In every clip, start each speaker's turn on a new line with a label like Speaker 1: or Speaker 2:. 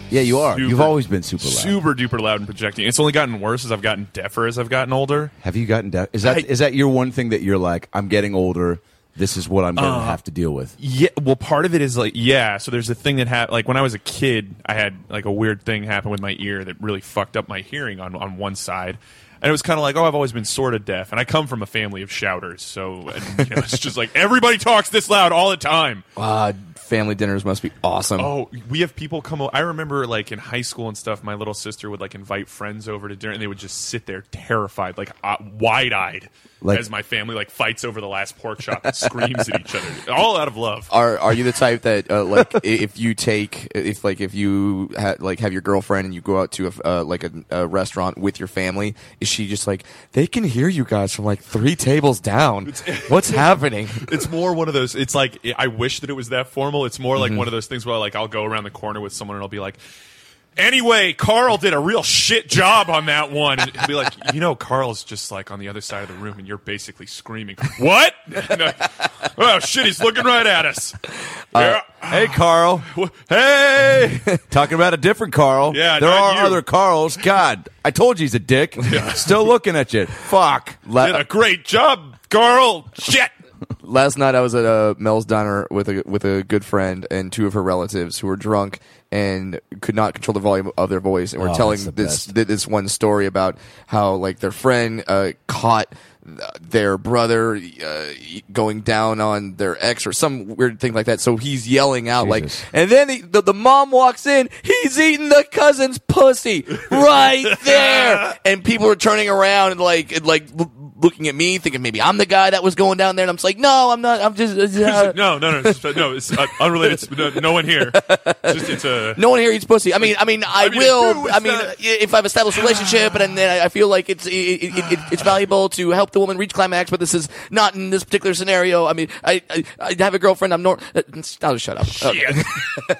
Speaker 1: Yeah, you are.
Speaker 2: Super-
Speaker 1: You've always been super loud.
Speaker 2: Super duper loud and projecting. It's only gotten worse as I've gotten deafer as I've gotten older.
Speaker 1: Have you gotten down? Is that
Speaker 2: I-
Speaker 1: is that your one thing that you're like? I'm getting older. This is what I'm going to
Speaker 2: Uh-huh.
Speaker 1: have to deal with.
Speaker 2: Yeah, well part of it is like yeah, so there's a thing that happened like when I was a kid, I had like a weird thing happen with my ear that really fucked up my hearing on on one side. And it was kind of like, oh, I've always been sort of deaf, and I come from a family of shouters, so and, you know, it's just like everybody talks this loud all the time.
Speaker 3: Ah, family dinners must be awesome.
Speaker 2: Oh, we have people come. o- I remember, like in high school and stuff, my little sister would like invite friends over to dinner, and they would just sit there terrified, like uh, wide eyed,
Speaker 1: Like-
Speaker 2: as my family like fights over the last pork chop and screams at each other, all out of love.
Speaker 3: Are are you the type that uh, like i- if you take if like if you ha- like have your girlfriend and you go out to a, f- uh, like a, a restaurant with your family, is she just like they can hear you guys from like three tables down? What's happening?
Speaker 2: It's more one of those. It's like I wish that it was that formal. It's more
Speaker 3: Mm-hmm.
Speaker 2: like one of those things where like I'll go around the corner with someone and I'll be like. Anyway, Carl did a real shit job on that one. And it'd be like, you know, Carl's just like on the other side of the room, and you're basically screaming, "What? oh shit, he's looking right at us."
Speaker 3: Uh,
Speaker 2: yeah.
Speaker 1: Hey, Carl.
Speaker 2: Hey!
Speaker 1: Talking about a different Carl.
Speaker 2: Yeah,
Speaker 1: there
Speaker 2: not
Speaker 1: are
Speaker 2: you.
Speaker 1: other Carls. God, I told you he's a dick. Still looking at you. Fuck.
Speaker 2: Did
Speaker 3: La-
Speaker 2: a great job, Carl! Shit!
Speaker 3: last night I was at uh, Mel's diner with a with a good friend and two of her relatives who were drunk and could not control the volume of their voice and were
Speaker 1: Oh,
Speaker 3: telling
Speaker 1: that's the
Speaker 3: this
Speaker 1: best.
Speaker 3: th- this one story about how like their friend uh, caught uh, their brother uh, going down on their ex or some weird thing like that. So he's yelling out
Speaker 1: Jesus.
Speaker 3: like, and then he, the, the mom walks in. He's eating the cousin's pussy right there, and people are turning around and like and, like. l- Looking at me, thinking maybe I'm the guy that was going down there, and I'm just like, no, I'm not. I'm just, it's, uh,
Speaker 2: No, no, no, it's, no, it's uh, unrelated. It's, no, no one here. It's just, it's a.
Speaker 3: No one here eats pussy. I mean, I mean, I,
Speaker 2: mean, who
Speaker 3: will.
Speaker 2: is
Speaker 3: I mean,
Speaker 2: that?
Speaker 3: if I've established a relationship, and then I feel like it's it, it, it, it's valuable to help the woman reach climax, but this is not in this particular scenario. I mean, I I, I have a girlfriend. I'm nor. uh, I'll just shut up. Okay.
Speaker 2: Shit.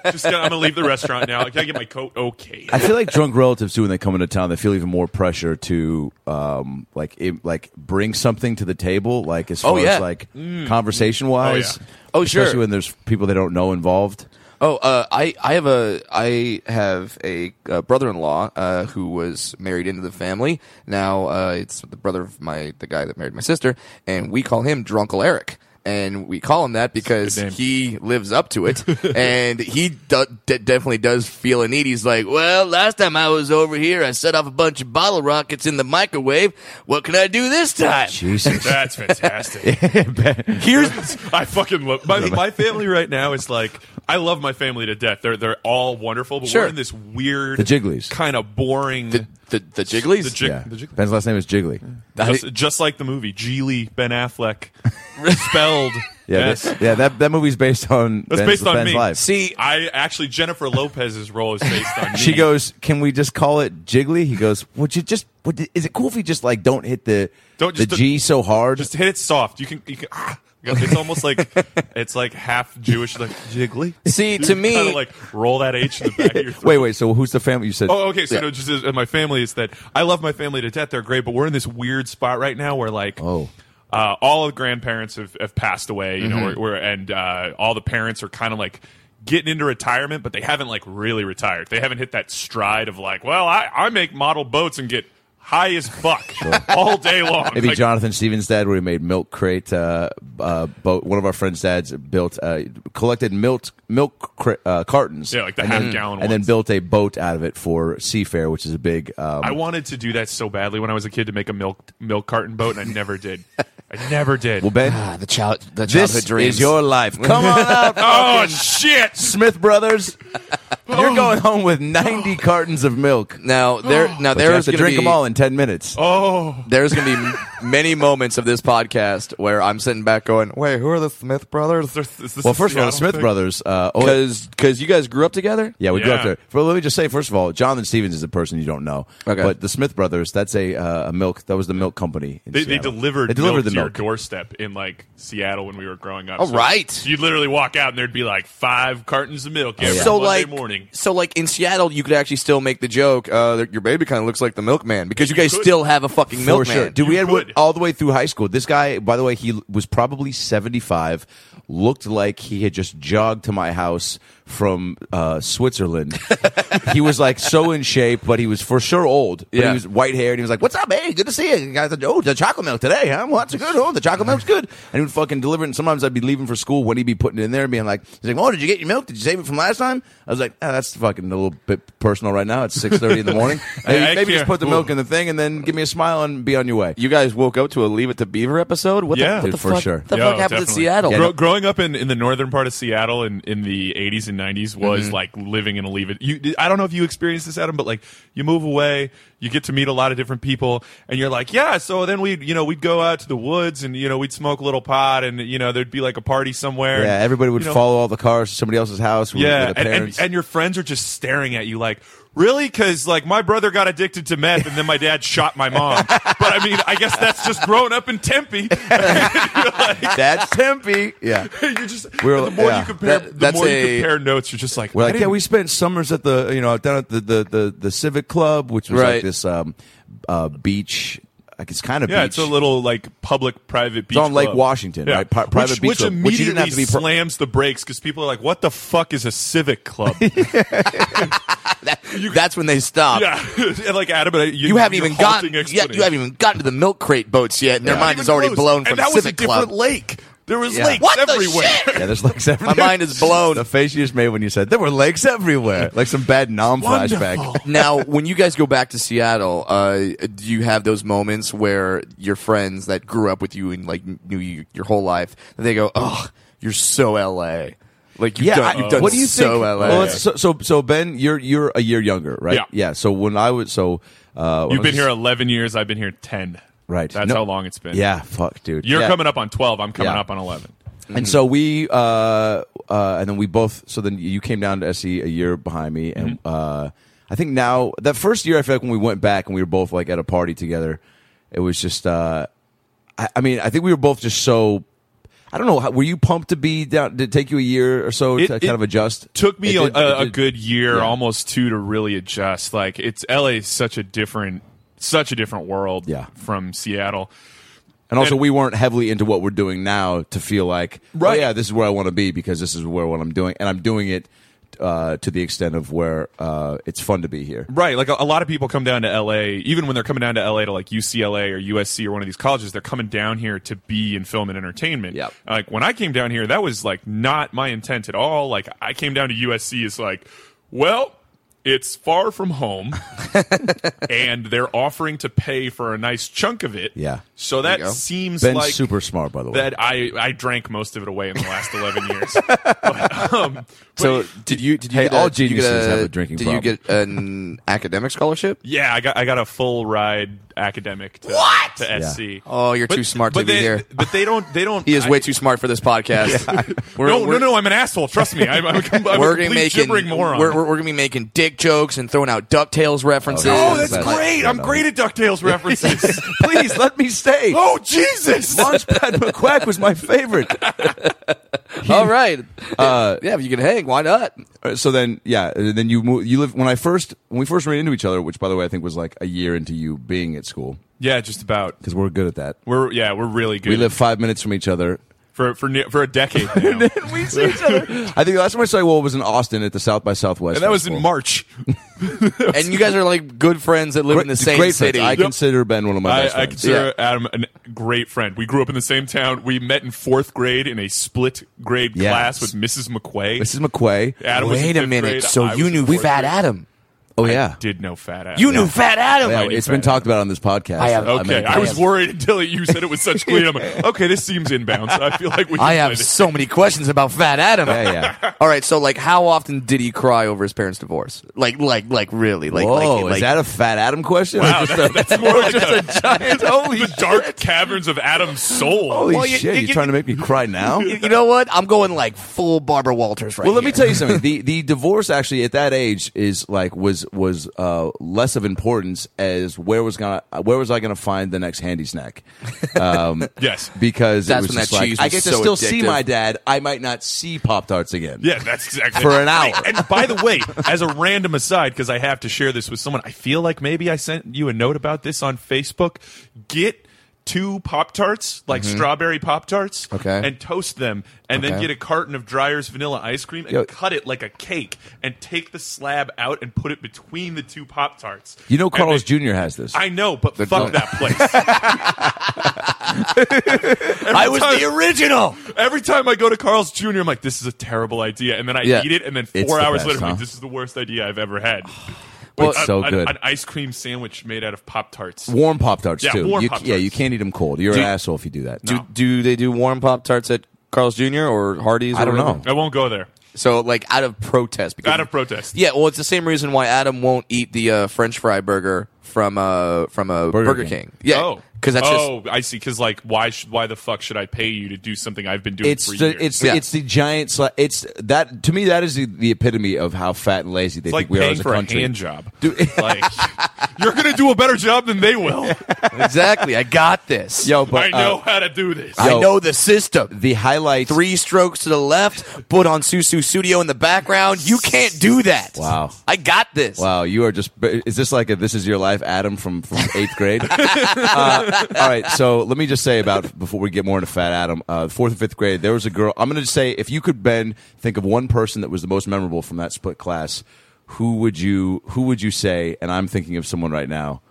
Speaker 2: just, uh, I'm gonna leave the restaurant now. Can I get my coat? Okay.
Speaker 1: I feel like drunk relatives too when they come into town, they feel even more pressure to um like im- like bring something to the table, like as far
Speaker 3: Oh, yeah.
Speaker 1: as like conversation wise.
Speaker 2: Mm. Oh, yeah.
Speaker 3: Oh, sure.
Speaker 1: especially when there's people they don't know involved.
Speaker 3: Oh, uh, I I have a I have a uh, brother-in-law uh, who was married into the family. Now uh, it's the brother of my the guy that married my sister, and we call him Drunkle Eric. And we call him that because
Speaker 2: name.
Speaker 3: he lives up to it, and he do- de- definitely does feel a need. He's like, "Well, last time I was over here, I set off a bunch of bottle rockets in the microwave. What can I do this time?"
Speaker 1: Jesus.
Speaker 2: That's fantastic.
Speaker 3: Here's
Speaker 2: I fucking love my, my family right now. Is like I love my family to death. They're they're all wonderful, but
Speaker 3: Sure.
Speaker 2: we're in this weird,
Speaker 1: The Jigglies.
Speaker 2: kind of boring.
Speaker 3: the the, the jigglies.
Speaker 2: The jig-
Speaker 1: yeah.
Speaker 2: the jig-
Speaker 1: Ben's last name is Jiggly.
Speaker 2: just, just like the movie, Geely Ben Affleck spelled.
Speaker 1: Yeah,
Speaker 2: Yes.
Speaker 1: that, yeah. That that movie's based on
Speaker 2: That's
Speaker 1: Ben's,
Speaker 2: based on
Speaker 1: Ben's
Speaker 2: me.
Speaker 1: life.
Speaker 3: See,
Speaker 2: I actually Jennifer Lopez's role is based on. Me.
Speaker 1: she goes, "Can we just call it Jiggly?" He goes, "Would you just? Would, is it cool if you just like don't hit the
Speaker 2: Don't just-
Speaker 1: the G so hard?"
Speaker 2: Just hit it soft. You can. You can ah. It's almost like it's like half Jewish, like jiggly.
Speaker 3: see, to
Speaker 2: kind
Speaker 3: me,
Speaker 2: of like roll that H in the back of your throat.
Speaker 1: wait, wait. So who's the family? You said
Speaker 2: Oh, okay. So no, just as, uh, my family is that I love my family to death. They're great, but we're in this weird spot right now where like,
Speaker 1: Oh.
Speaker 2: uh, all of the grandparents have, have passed away. You know,
Speaker 3: Mm-hmm.
Speaker 2: we're, we're- and uh, all the parents are kind of like getting into retirement, but they haven't like really retired. They haven't hit that stride of like, well, I, I make model boats and get high as fuck all day long.
Speaker 1: Maybe
Speaker 2: Like,
Speaker 1: Jonathan Stevens' dad, where he made milk crate. Uh, uh, boat. One of our friends' dads built, uh, collected milk milk cra- uh, cartons.
Speaker 2: Yeah, like the
Speaker 1: and then-
Speaker 2: half-gallon
Speaker 1: and then
Speaker 2: ones.
Speaker 1: built a boat out of it for Seafair, which is a big. Um,
Speaker 2: I wanted to do that so badly when I was a kid to make a milk milk carton boat, and I never did. I never did.
Speaker 1: well, Ben,
Speaker 3: Ah, the child, the childhood
Speaker 1: this
Speaker 3: dreams.
Speaker 1: is your life. Come on out,
Speaker 2: oh shit!
Speaker 1: Smith Brothers.
Speaker 2: Oh.
Speaker 1: You're going home with 90 cartons of milk.
Speaker 3: now there, now
Speaker 1: But you have
Speaker 3: there's
Speaker 1: to
Speaker 3: going
Speaker 1: drink
Speaker 3: be,
Speaker 1: them all in 10 minutes.
Speaker 2: Oh,
Speaker 3: There's going to be m- many moments of this podcast where I'm sitting back going, "Wait, who are the Smith brothers?"
Speaker 2: Is this- is this
Speaker 1: well,
Speaker 2: a
Speaker 1: first of all,
Speaker 2: Seattle
Speaker 1: the Smith
Speaker 2: thing?
Speaker 1: Brothers. Uh, oh,
Speaker 3: Because you guys grew up together.
Speaker 1: Yeah, we grew up
Speaker 2: Yeah.
Speaker 1: there. But let me just say, first of all, Jonathan Stevens is a person you don't know.
Speaker 3: Okay.
Speaker 1: But the Smith brothers, that's a, uh, a milk. That was the milk company. in
Speaker 2: They, they
Speaker 1: Seattle.
Speaker 2: delivered
Speaker 1: They
Speaker 2: milk
Speaker 1: delivered
Speaker 2: to
Speaker 1: the
Speaker 2: your
Speaker 1: milk.
Speaker 2: doorstep in like Seattle when we were growing up.
Speaker 3: Oh, right.
Speaker 2: You'd literally walk out and there'd be like five cartons of
Speaker 1: Oh,
Speaker 2: milk every
Speaker 3: So
Speaker 2: Monday
Speaker 3: like,
Speaker 2: morning.
Speaker 3: so like in Seattle, you could actually still make the joke. Uh, that your baby kind of looks like the milkman because you guys
Speaker 2: could.
Speaker 3: still have a fucking
Speaker 1: For
Speaker 3: milkman.
Speaker 1: sure. Dude,
Speaker 2: You
Speaker 1: we had
Speaker 2: could.
Speaker 1: all the way through high school. This guy, by the way, he was probably 75, looked like he had just jogged to my house from uh, Switzerland. he was like so in shape, but he was for sure old. But
Speaker 3: Yeah.
Speaker 1: he was white haired. He was like, What's up, hey? Good to see you. you guys, oh, the chocolate milk today, huh? Well, that's good. Oh, the chocolate milk's good. And he would fucking deliver it. And sometimes I'd be leaving for school when he'd be putting it in there and being like, He's like, Oh, did you get your milk? Did you save it from last time? I was like, ah, That's fucking a little bit personal right now. It's 6.30 in the morning. Maybe,
Speaker 2: I
Speaker 1: maybe just
Speaker 2: can't-
Speaker 1: put the
Speaker 2: Ooh.
Speaker 1: milk in the thing and then give me a smile and be on your way.
Speaker 3: You guys woke up to a Leave It to Beaver episode. What
Speaker 2: Yeah.
Speaker 3: the, what
Speaker 1: Dude,
Speaker 3: the
Speaker 1: for
Speaker 3: fuck,
Speaker 1: sure.
Speaker 3: The
Speaker 2: Yo,
Speaker 3: fuck happened in
Speaker 2: definitely.
Speaker 3: Seattle?
Speaker 2: Grow, growing up in, in the northern part of Seattle in, in the 80s and 90s was
Speaker 1: Mm-hmm.
Speaker 2: like living in a leave it. You, I don't know if you experienced this, Adam, but like you move away, you get to meet a lot of different people, and you're like, yeah. So then we'd you know we'd go out to the woods and you know we'd smoke a little pot, and you know there'd be like a party somewhere.
Speaker 1: Yeah,
Speaker 2: and,
Speaker 1: everybody would
Speaker 2: you know,
Speaker 1: follow all the cars to somebody else's house with,
Speaker 2: Yeah,
Speaker 1: with their
Speaker 2: and,
Speaker 1: parents.
Speaker 2: and and your friends are just staring at you like. Really? Because like my brother got addicted to meth, and then my dad shot my mom. but I mean, I guess that's just growing up in Tempe.
Speaker 1: That's Tempe. Yeah.
Speaker 2: you're just
Speaker 1: We're-
Speaker 2: and the more
Speaker 1: yeah.
Speaker 2: you compare,
Speaker 3: That-
Speaker 2: the
Speaker 3: that's
Speaker 2: more
Speaker 3: a-
Speaker 2: you compare notes, you're just like,
Speaker 1: We're
Speaker 2: I
Speaker 1: like, yeah,
Speaker 2: didn't-
Speaker 1: we spent summers at the, you know, down at the, the, the, the Civic Club, which was like
Speaker 3: Right.
Speaker 1: this um, uh, beach. Like it's kind of
Speaker 2: yeah,
Speaker 1: beach.
Speaker 2: it's a little like public private beach.
Speaker 1: on Lake
Speaker 2: club.
Speaker 1: Washington, right? Pri- private
Speaker 2: which,
Speaker 1: beach
Speaker 2: which
Speaker 1: club,
Speaker 2: immediately
Speaker 1: which you didn't have to be pro-
Speaker 2: slams the brakes because people are like, "What the fuck is a civic club?"
Speaker 3: That's when they stopped.
Speaker 2: yeah, and like Adam, and I- you,
Speaker 3: You haven't
Speaker 2: your
Speaker 3: even gotten
Speaker 2: halting
Speaker 3: yeah,
Speaker 2: explanation.
Speaker 3: you haven't even gotten to the milk crate boats yet, and their
Speaker 2: Not
Speaker 3: mind
Speaker 2: even
Speaker 3: is already
Speaker 2: close.
Speaker 3: blown
Speaker 2: And
Speaker 3: from
Speaker 2: that was a
Speaker 3: Civic
Speaker 2: different
Speaker 3: Club.
Speaker 2: lake. There was
Speaker 1: Yeah.
Speaker 2: lakes
Speaker 3: What the
Speaker 2: everywhere.
Speaker 3: shit?
Speaker 1: yeah, there's lakes everywhere.
Speaker 3: My mind is blown.
Speaker 1: the face you just made when you said there were lakes everywhere, like some bad nom flashback.
Speaker 3: now, when you guys go back to Seattle, uh, do you have those moments where your friends that grew up with you and like knew you your whole life, they go, "Oh, you're so LA." Like you've done,
Speaker 1: I-
Speaker 3: you've done
Speaker 1: what do you
Speaker 3: so
Speaker 1: think?
Speaker 3: LA.
Speaker 1: Well, it's- so, so so Ben, you're you're a year younger, right?
Speaker 2: Yeah.
Speaker 1: So when I was so uh, when I
Speaker 2: You've
Speaker 1: was
Speaker 2: been
Speaker 1: just-
Speaker 2: here 11 years. I've been here 10.
Speaker 1: Right.
Speaker 2: That's
Speaker 1: No-
Speaker 2: how long it's been.
Speaker 1: Yeah, fuck, dude.
Speaker 2: You're
Speaker 1: Yeah.
Speaker 2: coming up on 12. I'm coming
Speaker 1: Yeah.
Speaker 2: up on 11.
Speaker 1: And so we, uh, uh, and then we both. So then you came down to SE a year behind me, and
Speaker 2: Mm-hmm.
Speaker 1: uh, I think now that first year, I feel like when we went back and we were both like at a party together, it was just. Uh, I, I mean, I think we were both just so. I don't know. how- Were you pumped to be down? Did it take you a year or so
Speaker 2: It-
Speaker 1: to
Speaker 2: it
Speaker 1: kind of adjust?
Speaker 2: Took me
Speaker 1: It
Speaker 2: a,
Speaker 1: did-
Speaker 2: a,
Speaker 1: it
Speaker 2: a
Speaker 1: did.
Speaker 2: good year,
Speaker 1: Yeah.
Speaker 2: almost two, to really adjust. Like it's LA is such a different, such a different world
Speaker 1: Yeah.
Speaker 2: from Seattle.
Speaker 1: And also,
Speaker 2: And-
Speaker 1: we weren't heavily into what we're doing now to feel like, right?
Speaker 2: Right.
Speaker 1: yeah, this is where I want to be because this is where what I'm doing, and I'm doing it uh, to the extent of where uh, it's fun to be here.
Speaker 2: Right. Like a, a lot of people come down to LA, even when they're coming down to LA to like UCLA or USC or one of these colleges, they're coming down here to be in film and entertainment.
Speaker 1: Yep.
Speaker 2: Like when I came down here, that was like not my intent at all. Like I came down to USC is like, well, it's far from home and they're offering to pay for a nice chunk of it.
Speaker 1: Yeah.
Speaker 2: So
Speaker 3: you
Speaker 2: that
Speaker 3: go.
Speaker 2: seems
Speaker 1: Ben's
Speaker 2: like
Speaker 1: super smart, by the way.
Speaker 2: that I, I drank most of it away in the last 11 years. But, um,
Speaker 3: So
Speaker 2: but-
Speaker 3: did you? Did you?
Speaker 1: Hey,
Speaker 3: get
Speaker 1: all
Speaker 3: a, did you get
Speaker 1: geniuses have a drinking
Speaker 3: Did you
Speaker 1: problem.
Speaker 3: get an academic scholarship?
Speaker 2: Yeah, I got I got a full ride academic to,
Speaker 3: What?
Speaker 2: to SC.
Speaker 3: Oh, you're too smart to
Speaker 2: but
Speaker 3: be
Speaker 2: they,
Speaker 3: here.
Speaker 2: But they don't. They don't.
Speaker 3: He is
Speaker 2: I-
Speaker 3: way too smart for this podcast. We're,
Speaker 2: no,
Speaker 3: we're-
Speaker 2: no, no. I'm an asshole. Trust me. I'm, I'm, a com- I'm
Speaker 3: we're
Speaker 2: a
Speaker 3: gonna
Speaker 2: complete
Speaker 3: be making
Speaker 2: gibbering moron.
Speaker 3: We're, we're, we're gonna be making dick jokes and throwing out Ducktales references.
Speaker 2: oh,
Speaker 1: This
Speaker 2: that's
Speaker 1: is bad.
Speaker 2: great. I'm
Speaker 1: No, no.
Speaker 2: great at Ducktales references.
Speaker 1: Please let me stay.
Speaker 2: oh Jesus!
Speaker 1: Launchpad McQuack was my favorite.
Speaker 3: all right. yeah, if you can hang, why not?
Speaker 1: Uh, So then, yeah, and then you move, you live when I first when we first ran into each other, which by the way I think was like a year into you being at school
Speaker 2: Yeah, just about.
Speaker 1: because we're good at that.
Speaker 2: We're yeah, we're really good.
Speaker 1: We live five minutes from each other.
Speaker 2: for for ne- for a decade now, and
Speaker 1: I think the last time I saw you well was in Austin at the South by Southwest.
Speaker 2: that was in
Speaker 1: Festival.
Speaker 2: March.
Speaker 3: and you guys are like good friends that live in the same
Speaker 1: great friends.
Speaker 3: city.
Speaker 1: I consider Ben one of my best
Speaker 2: I, I
Speaker 1: friends.
Speaker 2: consider Adam a great friend. We grew up in the same town. We met in fourth grade in a split grade
Speaker 1: Yes.
Speaker 2: class with Mrs. McQuay.
Speaker 1: Mrs. McQuay.
Speaker 2: Adam was in
Speaker 3: Wait a
Speaker 2: fifth
Speaker 3: minute.
Speaker 2: grade.
Speaker 3: so
Speaker 2: I
Speaker 3: you
Speaker 2: was in
Speaker 3: knew
Speaker 2: fourth
Speaker 3: Fat
Speaker 2: grade.
Speaker 3: Adam?
Speaker 1: Oh yeah,
Speaker 2: Did know Fat Adam?
Speaker 3: You knew Fat Adam.
Speaker 1: yeah.
Speaker 2: I knew
Speaker 1: It's been
Speaker 2: Fat Adam.
Speaker 1: talked about on this podcast.
Speaker 3: I have-
Speaker 1: uh,
Speaker 2: Okay,
Speaker 1: many
Speaker 2: I was
Speaker 1: times.
Speaker 2: worried until you said it with such glee. I'm like, okay, this seems inbounds. I feel like we. Can
Speaker 3: I
Speaker 2: play
Speaker 3: have
Speaker 2: this.
Speaker 3: so many questions about Fat Adam.
Speaker 1: Yeah, yeah.
Speaker 3: All right, so like, how often did he cry over his parents' divorce? Like, like, like, really? Like,
Speaker 1: Whoa,
Speaker 3: like,
Speaker 1: is
Speaker 3: like,
Speaker 1: that a Fat Adam question?
Speaker 2: Wow,
Speaker 1: Just
Speaker 2: that-
Speaker 1: a-
Speaker 2: that's more like a,
Speaker 3: giant? Holy
Speaker 2: the dark caverns of Adam's soul.
Speaker 1: holy
Speaker 3: Well, you-
Speaker 1: shit!
Speaker 3: you-
Speaker 1: You're trying to make me cry now.
Speaker 3: You know what? I'm going like full Barbara Walters right
Speaker 1: Well, let me
Speaker 3: here.
Speaker 1: tell you something. The the divorce actually at that age is like was was uh, less of importance as where was gonna where was I gonna find the next handy snack? Um,
Speaker 2: Yes.
Speaker 1: because it
Speaker 3: That's
Speaker 1: was
Speaker 3: when
Speaker 1: just
Speaker 3: that
Speaker 1: like,
Speaker 3: cheese
Speaker 1: I
Speaker 3: was
Speaker 1: get to
Speaker 3: so
Speaker 1: still see
Speaker 3: addictive.
Speaker 1: my dad. I might not see Pop Tarts again.
Speaker 2: Yeah, that's exactly
Speaker 1: For an hour.
Speaker 2: And by the way, as a random aside, because I have to share this with someone, I feel like maybe I sent you a note about this on Facebook. Get two Pop Tarts, like
Speaker 1: Mm-hmm.
Speaker 2: strawberry Pop Tarts,
Speaker 3: Okay.
Speaker 2: and toast them, and then
Speaker 3: Okay.
Speaker 2: get a carton of Dryer's vanilla ice cream and
Speaker 1: Yo-
Speaker 2: cut it like a cake, and take the slab out and put it between the two Pop Tarts.
Speaker 1: You know, Carlos Jr. has this.
Speaker 2: I know, but
Speaker 3: They're
Speaker 2: fuck
Speaker 3: done.
Speaker 2: that place.
Speaker 3: I was the original.
Speaker 2: Every time I go to Carl's Jr., I'm like, this is a terrible idea. And then I
Speaker 3: Yeah.
Speaker 2: eat it, and then
Speaker 1: It's
Speaker 2: four
Speaker 1: the
Speaker 2: hours
Speaker 1: best,
Speaker 2: later, I'm
Speaker 1: huh?
Speaker 2: like, this is the worst idea I've ever had.
Speaker 3: Well,
Speaker 1: it's so
Speaker 2: an,
Speaker 1: good.
Speaker 2: An ice cream sandwich made out of Pop Tarts.
Speaker 1: warm Pop Tarts
Speaker 2: Yeah,
Speaker 1: too.
Speaker 2: warm
Speaker 1: you,
Speaker 2: Pop-Tarts.
Speaker 1: Yeah, you can't eat them cold. You're
Speaker 3: Do-
Speaker 1: an asshole if you do that.
Speaker 3: Do, do they do warm Pop Tarts at Carl's Jr. or Hardee's? or
Speaker 1: I don't
Speaker 3: whatever?
Speaker 1: know.
Speaker 2: I won't go there.
Speaker 3: So, like, out of protest. Because
Speaker 2: Out of protest.
Speaker 3: Yeah, well, it's the same reason why Adam won't eat the uh, French fry burger from uh, from a Burger,
Speaker 1: Burger
Speaker 3: King.
Speaker 1: King.
Speaker 3: Yeah,
Speaker 2: Oh,
Speaker 3: because that's just
Speaker 2: oh, I see. Because like, why should why the fuck should I pay you to do something I've been doing
Speaker 1: It's
Speaker 2: for
Speaker 1: the
Speaker 2: years?
Speaker 1: it's the,
Speaker 3: Yeah.
Speaker 1: it's the giant. Sla- it's that to me that is the, the epitome of how fat and lazy they
Speaker 2: It's like
Speaker 1: think we are
Speaker 2: paying
Speaker 1: as a
Speaker 2: for
Speaker 1: country.
Speaker 2: a hand job. like, you're gonna do a better job than they will.
Speaker 3: exactly. I got this.
Speaker 1: Yo, but
Speaker 2: I
Speaker 1: uh,
Speaker 2: know how to do this.
Speaker 3: I
Speaker 1: Yo.
Speaker 3: know the system.
Speaker 1: the highlights.
Speaker 3: Three strokes to the left. Put on Susu Studio in the background. You can't do that.
Speaker 1: Wow.
Speaker 3: I got this.
Speaker 1: Wow, you are just. Is this like a This Is Your Life, Adam from, from eighth grade? uh, all right, so let me just say about before we get more into Fat Adam, uh, fourth and fifth grade, there was a girl. I'm going to say if you could, Ben, think of one person that was the most memorable from that split class. Who would you? Who would you say? And I'm thinking of someone right now.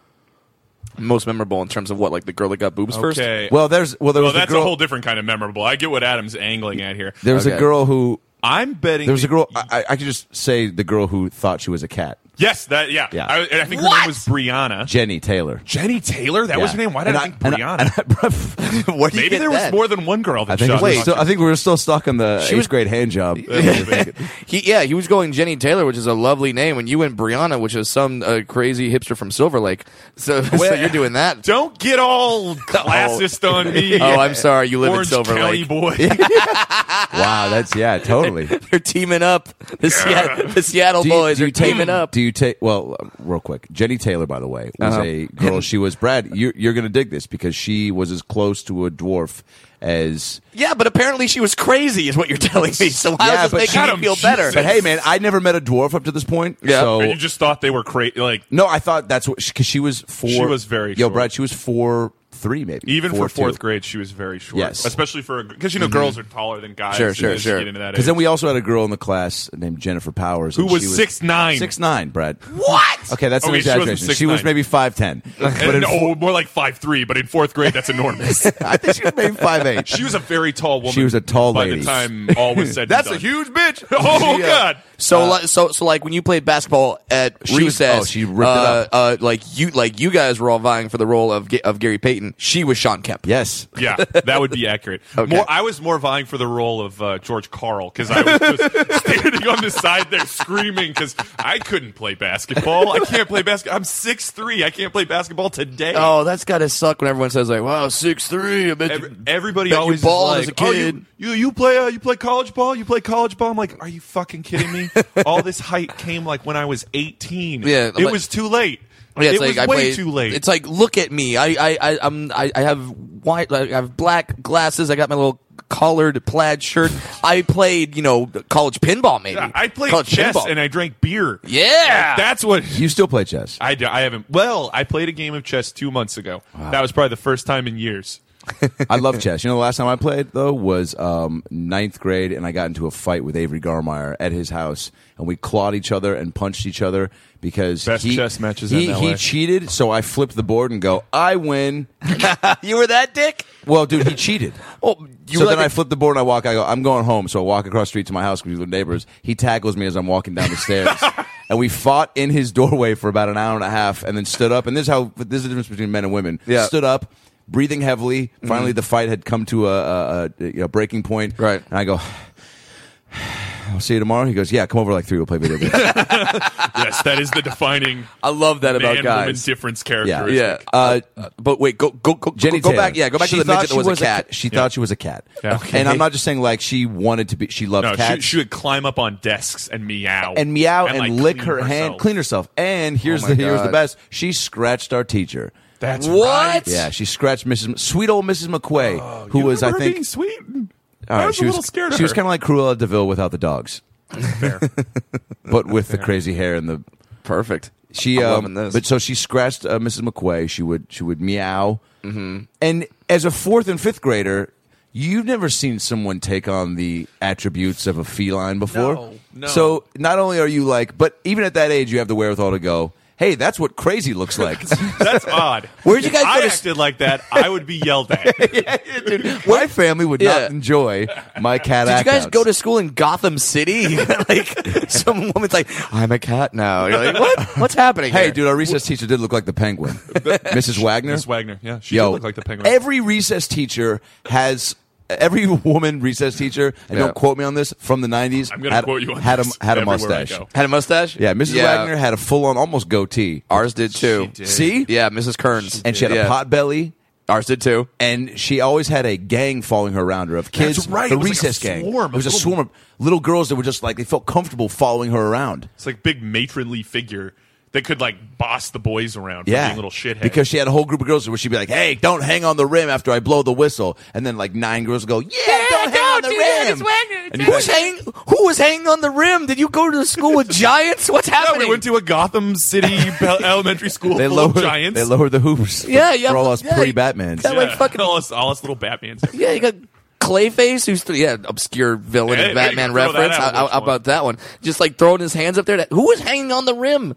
Speaker 3: Most memorable in terms of what, like the girl that got boobs first.
Speaker 2: Okay.
Speaker 1: Well, there's. Well, there
Speaker 2: well,
Speaker 1: was
Speaker 2: that's
Speaker 1: a girl.
Speaker 2: a whole different kind of memorable. I get what Adam's angling at here.
Speaker 1: there was
Speaker 3: Okay.
Speaker 1: a girl who.
Speaker 2: I'm betting
Speaker 1: There was a
Speaker 2: that
Speaker 1: girl. I, I- I could just say the girl who thought she was a cat.
Speaker 2: Yes, that yeah.
Speaker 1: Yeah.
Speaker 2: I, and I think her name was Brianna.
Speaker 1: Jenny Taylor.
Speaker 2: Jenny Taylor? That was
Speaker 1: Yeah.
Speaker 2: her name? Why did
Speaker 1: And
Speaker 2: I, think Brianna?
Speaker 1: and and I-
Speaker 3: Where do you
Speaker 2: Maybe
Speaker 3: get
Speaker 2: there was
Speaker 3: that?
Speaker 2: more than one girl that
Speaker 1: I think,
Speaker 2: shot.
Speaker 1: we
Speaker 2: the
Speaker 1: were still, I
Speaker 2: doctor.
Speaker 1: think we were still stuck on the eighth
Speaker 3: was-
Speaker 1: grade hand job.
Speaker 3: He, yeah, he was going Jenny Taylor, which is a lovely name, and you went Brianna, which is some uh, crazy hipster from Silver Lake. So, so you're doing that.
Speaker 2: Don't get all classist on me.
Speaker 3: Oh, I'm sorry. You live
Speaker 2: Orange
Speaker 3: in Silver
Speaker 2: County
Speaker 3: Lake.
Speaker 2: boy.
Speaker 1: wow, that's yeah, totally.
Speaker 3: They're teaming up. The, Seattle, the Seattle
Speaker 1: Do you-
Speaker 3: boys
Speaker 1: do
Speaker 3: are
Speaker 1: you take-
Speaker 3: teaming up. Uh-huh.
Speaker 1: Do you take well, uh, real quick? Jenny Taylor, by the way, was a girl. She was Brad. You're, you're going to dig this because she was as close to a dwarf as.
Speaker 3: yeah, but apparently she was crazy, is what you're telling me. So how
Speaker 1: Yeah,
Speaker 3: is
Speaker 1: but
Speaker 3: this
Speaker 1: shut
Speaker 3: making
Speaker 2: him,
Speaker 3: me feel better?
Speaker 1: But hey, man, I never met a dwarf up to this point.
Speaker 3: Yeah.
Speaker 1: So
Speaker 2: Or you just thought they were crazy. Like
Speaker 1: no, I thought that's what because she was four.
Speaker 2: She was very
Speaker 1: yo,
Speaker 2: short.
Speaker 1: Brad. She was four three maybe
Speaker 2: even for fourth
Speaker 1: grade.
Speaker 2: grade, she was very short.
Speaker 1: Yes. Mm-hmm.
Speaker 2: especially for because you know girls are taller than guys.
Speaker 3: Sure,
Speaker 2: as
Speaker 3: sure,
Speaker 2: soon as you
Speaker 3: sure.
Speaker 2: Get into that
Speaker 1: Because
Speaker 2: age.
Speaker 1: then we also had a girl in the class named Jennifer Powers
Speaker 2: Who
Speaker 1: and
Speaker 2: was
Speaker 1: she
Speaker 2: 6'9".
Speaker 1: Six nine, Brad.
Speaker 3: what?
Speaker 1: Okay, that's an
Speaker 2: Okay, she wasn't
Speaker 1: exaggeration. She was,
Speaker 2: 6'9".
Speaker 1: maybe five ten, but
Speaker 2: And,
Speaker 1: in
Speaker 2: no, more like five three, but in fourth grade, that's enormous.
Speaker 1: I think she was maybe five eight.
Speaker 2: she was a very tall woman.
Speaker 1: She was a tall
Speaker 2: by
Speaker 1: lady.
Speaker 2: the time all was said. and
Speaker 1: That's a
Speaker 2: done.
Speaker 1: huge
Speaker 2: bitch. Oh
Speaker 1: She, uh,
Speaker 2: god.
Speaker 3: So, li- so, so, like when you played basketball at
Speaker 1: She was-
Speaker 3: recess,
Speaker 1: oh, she ripped it
Speaker 3: uh,
Speaker 1: up.
Speaker 3: Uh, like you, like you guys were all vying for the role of Ga- of Gary Payton. She was Sean Kemp.
Speaker 1: yes.
Speaker 2: Yeah, that would be accurate.
Speaker 3: Okay.
Speaker 2: More, I was more vying for the role of uh, George Carl because I was just standing on the side there screaming because I couldn't play basketball. I can't play basketball. I'm six three. I can't play basketball today.
Speaker 3: Oh, that's gotta suck when everyone says like, "Wow, six three. I bet
Speaker 2: Every-
Speaker 3: you-
Speaker 2: everybody
Speaker 3: bet you
Speaker 2: always is
Speaker 3: balled
Speaker 2: like,
Speaker 3: as a
Speaker 2: "Oh,
Speaker 3: kid."
Speaker 2: you, you you play uh, you play college ball. You play college ball." I'm like, "Are you fucking kidding me?" All this hype came like when I was 18.
Speaker 3: Yeah,
Speaker 2: it
Speaker 3: like-
Speaker 2: was too late.
Speaker 3: Yeah,
Speaker 2: it
Speaker 3: it's
Speaker 2: was
Speaker 3: like I
Speaker 2: way
Speaker 3: play,
Speaker 2: too late.
Speaker 3: It's like look at me. I I I I'm, I, I have white. I have black glasses. I got my little collared plaid shirt. I played you know college pinball maybe.
Speaker 2: I played
Speaker 3: college
Speaker 2: chess
Speaker 3: pinball.
Speaker 2: and I drank beer.
Speaker 3: yeah.
Speaker 2: Like, that's what
Speaker 1: You still play chess?
Speaker 2: I, do- I haven't. Well, I played a game of chess two months ago. That was probably the first time in years.
Speaker 1: I love chess. You know, the last time I played though was um, ninth grade, and I got into a fight with Avery Garmeyer at his house, and we clawed each other and punched each other because
Speaker 2: Best
Speaker 1: he,
Speaker 2: chess matches
Speaker 1: He,
Speaker 2: in
Speaker 1: he
Speaker 2: LA.
Speaker 1: cheated, so I flipped the board and go, I win.
Speaker 3: you were that dick?
Speaker 1: Well, dude, he cheated.
Speaker 3: Well, you
Speaker 1: so
Speaker 3: like
Speaker 1: then I
Speaker 3: a-
Speaker 1: flip the board and I walk. I go, I'm going home. So I walk across the street to my house because we were neighbors. He tackles me as I'm walking down the stairs. And we fought in his doorway for about an hour and a half and then stood up. And this is how, this is the difference between men and women.
Speaker 3: Yeah. Mm-hmm.
Speaker 1: Stood up, breathing heavily. Finally, the fight had come to a, a, a, a breaking point.
Speaker 3: Right.
Speaker 1: And I go, I'll see you tomorrow. He goes, Yeah, come over like three. We'll play video games.
Speaker 2: yes, that is the defining
Speaker 3: I love that about
Speaker 2: man woman
Speaker 3: guys.
Speaker 2: difference
Speaker 1: Oh, yeah.
Speaker 2: characteristic.
Speaker 3: Yeah.
Speaker 1: Uh,
Speaker 3: But wait, go go go
Speaker 1: Jenny
Speaker 3: go, go
Speaker 1: Taylor.
Speaker 3: back. Yeah, go back
Speaker 1: She
Speaker 3: to the
Speaker 1: thought
Speaker 3: midget that
Speaker 1: she
Speaker 3: was, a cat.
Speaker 1: ca- she thought she was a cat.
Speaker 2: Yeah.
Speaker 1: And I'm not just saying like she wanted to be. She loved
Speaker 2: No, she,
Speaker 1: cats.
Speaker 2: she would climb up on desks and meow
Speaker 1: and meow and,
Speaker 2: like,
Speaker 1: lick
Speaker 2: clean
Speaker 1: her hand,
Speaker 2: herself.
Speaker 1: clean herself. And here's
Speaker 3: Oh my
Speaker 1: the here's the
Speaker 3: God.
Speaker 1: best. She scratched our teacher.
Speaker 2: That's
Speaker 3: What?
Speaker 2: right.
Speaker 1: Yeah, she scratched Mrs. M- sweet old Mrs. McQuay, who
Speaker 2: Oh, You
Speaker 1: was I
Speaker 2: remember her
Speaker 1: think
Speaker 2: being sweet.
Speaker 1: all
Speaker 2: I was
Speaker 1: she
Speaker 2: a
Speaker 1: was
Speaker 2: little scared of
Speaker 1: she was
Speaker 2: her.
Speaker 1: kind of like Cruella Deville without the dogs,
Speaker 2: Fair.
Speaker 1: but with the crazy hair and the
Speaker 3: Perfect.
Speaker 1: she.
Speaker 3: I'm
Speaker 1: Um,
Speaker 3: loving this.
Speaker 1: but so she scratched uh, Mrs. McQuay. She would she would meow, mm-hmm. and as a fourth and fifth grader. You've never seen someone take on the attributes of a feline before.
Speaker 3: No, no.
Speaker 1: So not only are you like, but even at that age, you have the wherewithal to go, hey, that's what crazy looks like.
Speaker 2: That's odd.
Speaker 1: Where'd you
Speaker 2: If
Speaker 1: guys go
Speaker 2: I
Speaker 1: to-
Speaker 2: acted like that, I would be yelled at.
Speaker 1: my family would
Speaker 3: Yeah.
Speaker 1: not enjoy my cat
Speaker 3: Did you guys
Speaker 1: act-outs.
Speaker 3: go to school in Gotham City? like some woman's like, I'm a cat now. You're like, what? What's happening?
Speaker 1: Hey,
Speaker 3: here?
Speaker 1: dude, our recess teacher did look like the penguin. Mrs. Wagner?
Speaker 2: Miss Wagner, yeah, she did look like the penguin.
Speaker 1: Every recess teacher has. Every woman recess teacher, and
Speaker 3: Yeah.
Speaker 1: don't quote me on this, from the 90s,
Speaker 2: I'm gonna
Speaker 1: had,
Speaker 2: quote you on
Speaker 1: had,
Speaker 2: this
Speaker 1: a, had a
Speaker 2: everywhere I
Speaker 1: mustache.
Speaker 2: go.
Speaker 3: had a mustache.
Speaker 1: Yeah, Mrs. Wagner had a full on almost goatee.
Speaker 3: Ours did too.
Speaker 2: did.
Speaker 1: See?
Speaker 3: Yeah, Mrs. Kearns.
Speaker 1: And she had
Speaker 3: yeah.
Speaker 1: a pot belly,
Speaker 3: Ours did too.
Speaker 1: and she always had a gang following her around her of kids.
Speaker 2: That's right,
Speaker 1: The
Speaker 2: it was like a
Speaker 1: recess gang.
Speaker 2: swarm
Speaker 1: it was
Speaker 2: of
Speaker 1: a
Speaker 2: little-
Speaker 1: swarm of little girls that were just like, they felt comfortable following her around.
Speaker 2: It's like big matronly figure that could like boss the boys around. for
Speaker 1: Yeah,
Speaker 2: being little shithead.
Speaker 1: Because she had a whole group of girls where she'd be like, "Hey, don't hang on the rim after I blow the whistle," and then like nine girls would go, "Yeah, don't, hang on the rim." And you'd be
Speaker 3: Who's
Speaker 1: like,
Speaker 3: hanging? Who was hanging on the rim? Did you go to school with giants? What's
Speaker 2: yeah,
Speaker 3: happening?
Speaker 2: we went to a Gotham City bel- elementary school
Speaker 1: they
Speaker 2: full
Speaker 1: lowered
Speaker 2: of giants.
Speaker 1: They lowered the hoops.
Speaker 3: Yeah, yeah,
Speaker 1: For all us
Speaker 3: yeah.
Speaker 1: pre-Batmans.
Speaker 3: Yeah. like, fucking-
Speaker 2: all us, all us little Batmans.
Speaker 3: Yeah, you got Clayface, who's the yeah obscure villain
Speaker 2: Hey,
Speaker 3: of
Speaker 2: there you
Speaker 3: Batman
Speaker 2: go. Throw that
Speaker 3: reference. How,
Speaker 2: out.
Speaker 3: how
Speaker 2: Which one?
Speaker 3: about that one? Just like throwing his hands up there. That, who was hanging on the rim?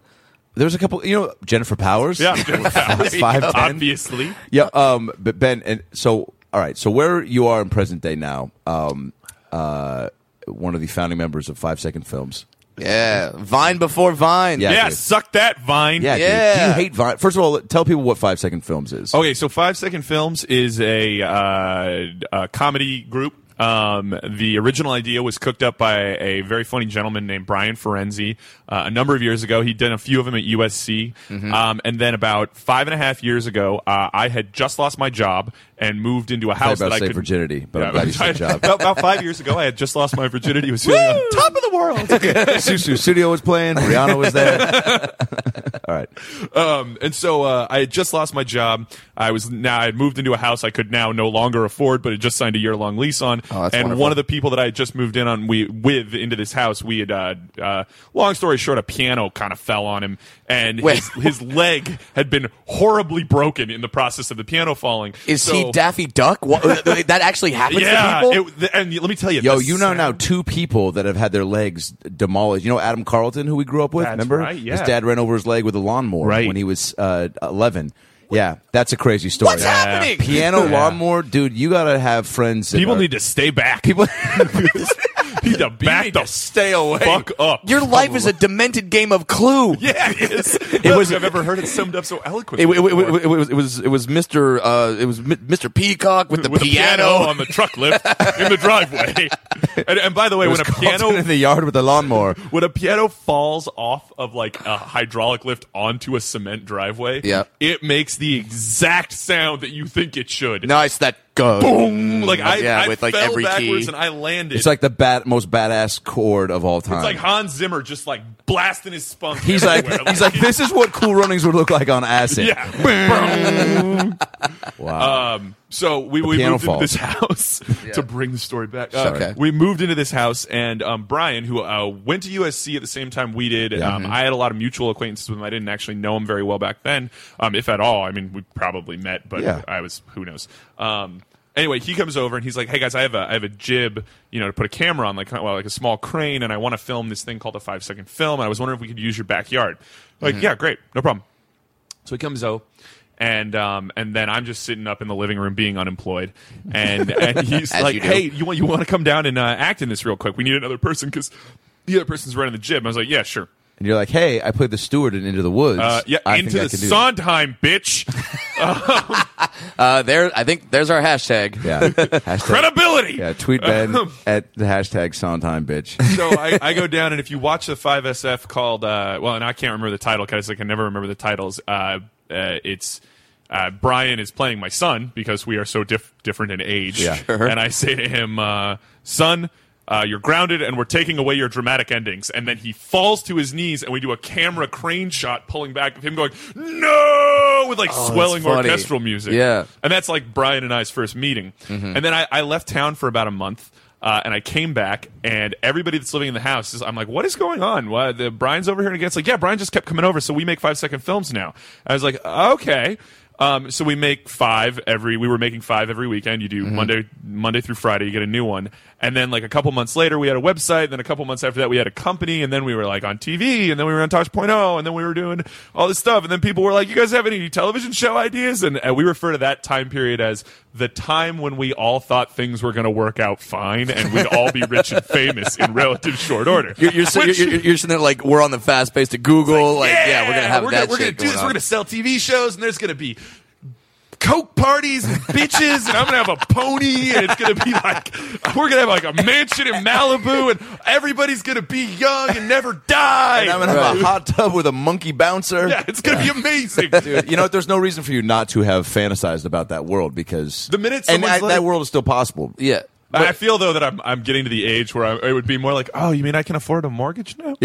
Speaker 1: There was a couple. You know, Jennifer Powers.
Speaker 2: Yeah, five,
Speaker 1: five, ten.
Speaker 2: obviously.
Speaker 1: Yeah. Um. But Ben, and so all right. So where you are in present day now? Um. Uh. One of the founding members of Five Second Films.
Speaker 3: Yeah, Vine before Vine.
Speaker 1: Yeah.
Speaker 2: Yeah,
Speaker 1: dude.
Speaker 2: suck that Vine.
Speaker 1: Yeah. dude.
Speaker 3: Yeah.
Speaker 1: Do you hate Vine? First of all, tell people what Five Second Films is.
Speaker 2: Okay, so Five Second Films is a, uh, a comedy group. Um, the original idea was cooked up by a very funny gentleman named Brian Ferenzi uh, a number of years ago. He'd done a few of them at USC.
Speaker 1: Mm-hmm.
Speaker 2: Um, and then about five and a half years ago, uh, I had just lost my job and moved into a house
Speaker 1: about
Speaker 2: that I
Speaker 1: to say
Speaker 2: could
Speaker 1: virginity, but I'm glad you said
Speaker 2: I-
Speaker 1: job.
Speaker 2: About, about five years ago, I had just lost my virginity. Was feeling on top of the world.
Speaker 1: Susu Studio was playing. Rihanna was there. all right.
Speaker 2: Um, and so uh, I had just lost my job. I was now I had moved into a house I could now no longer afford, but had just signed a year long lease on.
Speaker 3: Oh, that's
Speaker 2: and
Speaker 3: wonderful.
Speaker 2: one of the people that I had just moved in on we with into this house, we had uh, uh, long story short, a piano kind of fell on him, and
Speaker 3: Wait.
Speaker 2: his, his leg had been horribly broken in the process of the piano falling.
Speaker 3: Is
Speaker 2: So-
Speaker 3: he Daffy Duck? What, uh, that actually happens
Speaker 2: Yeah,
Speaker 3: to people.
Speaker 2: it, the- and let me tell you,
Speaker 1: Yo,
Speaker 2: the
Speaker 1: you know
Speaker 2: sound-
Speaker 1: now two people that have had their legs demolished. You know Adam Carlton, who we grew up with.
Speaker 2: That's
Speaker 1: remember,
Speaker 2: right, yeah.
Speaker 1: his dad ran over his leg with a lawnmower
Speaker 2: Right.
Speaker 1: when he was uh, eleven. Yeah, that's a crazy story.
Speaker 3: What's happening?
Speaker 1: Piano
Speaker 2: Yeah.
Speaker 1: lawnmower, dude. You gotta have friends. that
Speaker 2: People
Speaker 1: are-
Speaker 2: need to stay back. People need to back the
Speaker 3: Stay away.
Speaker 2: fuck up.
Speaker 3: Your life is a demented game of Clue.
Speaker 2: Yeah, it is. It was. I've ever heard it summed up so eloquently.
Speaker 3: It, it- it-
Speaker 2: before.
Speaker 3: it- it was it was it was Mr. Uh, it was Mi- Mr. Peacock with the
Speaker 2: With a
Speaker 3: piano.
Speaker 2: on the truck lift in the driveway. And, and by the way,
Speaker 1: It was
Speaker 2: when a
Speaker 1: Carlton
Speaker 2: piano
Speaker 1: in the yard with a lawnmower.
Speaker 2: when a piano falls off of like a hydraulic lift onto a cement driveway,
Speaker 3: Yeah.
Speaker 2: it makes the exact sound that you think it should.
Speaker 3: Nice that go.
Speaker 2: Boom! Like I,
Speaker 3: yeah,
Speaker 2: I
Speaker 3: with like
Speaker 2: fell
Speaker 3: every
Speaker 2: backwards
Speaker 3: key.
Speaker 2: and I landed.
Speaker 1: It's like the bat, most badass chord of all time.
Speaker 2: it's like Hans Zimmer just like blasting his spunk.
Speaker 1: he's like
Speaker 2: everywhere.
Speaker 1: he's like this is what Cool Runnings would look like on acid.
Speaker 2: Yeah.
Speaker 1: Wow.
Speaker 2: Um, So we, we
Speaker 1: piano
Speaker 2: moved into
Speaker 1: falls.
Speaker 2: this house to bring the story back. Uh,
Speaker 1: Sorry.
Speaker 2: We moved into this house, and um, Brian, who uh, went to USC at the same time we did,
Speaker 1: Yeah. Mm-hmm.
Speaker 2: um, I had a lot of mutual acquaintances with him. I didn't actually know him very well back then, um, if at all. I mean, we probably met, but
Speaker 1: Yeah.
Speaker 2: I was who knows. Um, anyway, he comes over and he's like, "Hey guys, I have a I have a jib, you know, to put a camera on, like well, like a small crane, and I want to film this thing called a five second film. And I was wondering if we could use your backyard." Like,
Speaker 1: Mm-hmm.
Speaker 2: yeah, great, no problem. So he comes out, and um, and then I'm just sitting up in the living room being unemployed, and and he's
Speaker 3: As
Speaker 2: like,
Speaker 3: you do.
Speaker 2: "Hey, you want you want to come down and uh, act in this real quick? We need another person because the other person's running the gym." I was like, "Yeah, sure."
Speaker 1: And you're like, hey, I played the steward in Into the Woods.
Speaker 2: Uh, yeah,
Speaker 1: I
Speaker 2: into
Speaker 1: think I
Speaker 2: the
Speaker 1: can do that."
Speaker 2: Sondheim, bitch.
Speaker 3: Uh, there, I think there's our hashtag.
Speaker 1: Yeah. Hashtag-
Speaker 2: Credibility.
Speaker 1: Yeah, tweet Ben at the hashtag Sondheim bitch.
Speaker 2: so I, I go down, and if you watch the 5SF called, uh, well, and I can't remember the title because I can never remember the titles. Uh, uh, it's uh, Brian is playing my son because we are so diff- different in age.
Speaker 1: Yeah.
Speaker 3: Sure.
Speaker 2: And I say to him, uh, son. Uh, you're grounded, and we're taking away your dramatic endings. And then he falls to his knees, and we do a camera crane shot pulling back of him going, No! with like swelling
Speaker 3: Oh, funny.
Speaker 2: orchestral music.
Speaker 3: Yeah.
Speaker 2: And that's like Brian and I's first meeting. And then I, I left town for about a month. Uh, and I came back, and everybody that's living in the house is. I'm like, "What is going on? Why, the Brian's over here?" And again's like, "Yeah, Brian just kept coming over, so we make five second films now." I was like, "Okay." Um, so we make five every. We were making five every weekend. You do Monday, Monday through Friday. You get a new one, and then like a couple months later, we had a website. And then a couple months after that, we had a company, and then we were like on TV, and then we were on Tosh.0, and then we were doing all this stuff. And then people were like, "You guys have any television show ideas?" And uh, we refer to that time period as the time when we all thought things were going to work out fine, and we'd all be rich and famous in relative short order.
Speaker 3: You're, you're, si-
Speaker 2: Which-
Speaker 3: you're, you're, you're sitting there like we're on the fast pace to Google. Like, yeah, we're gonna have
Speaker 2: we're
Speaker 3: that.
Speaker 2: Gonna, we're
Speaker 3: shit
Speaker 2: gonna do
Speaker 3: going
Speaker 2: this.
Speaker 3: on.
Speaker 2: We're gonna sell TV shows, and there's gonna be coke parties and bitches, and I'm gonna have a pony, and it's gonna be like we're gonna have like a mansion in Malibu, and everybody's gonna be young and never die.
Speaker 1: And I'm gonna have a hot tub with a monkey bouncer.
Speaker 2: yeah, it's gonna be amazing.
Speaker 1: Dude, you know what? There's no reason for you not to have fantasized about that world because
Speaker 2: The minute
Speaker 1: and
Speaker 2: someone's
Speaker 1: I-
Speaker 2: like-
Speaker 1: that world is still possible.
Speaker 3: Yeah.
Speaker 2: And I feel though that I'm I'm getting to the age where I, it would be more like, oh, you mean I can afford a mortgage now?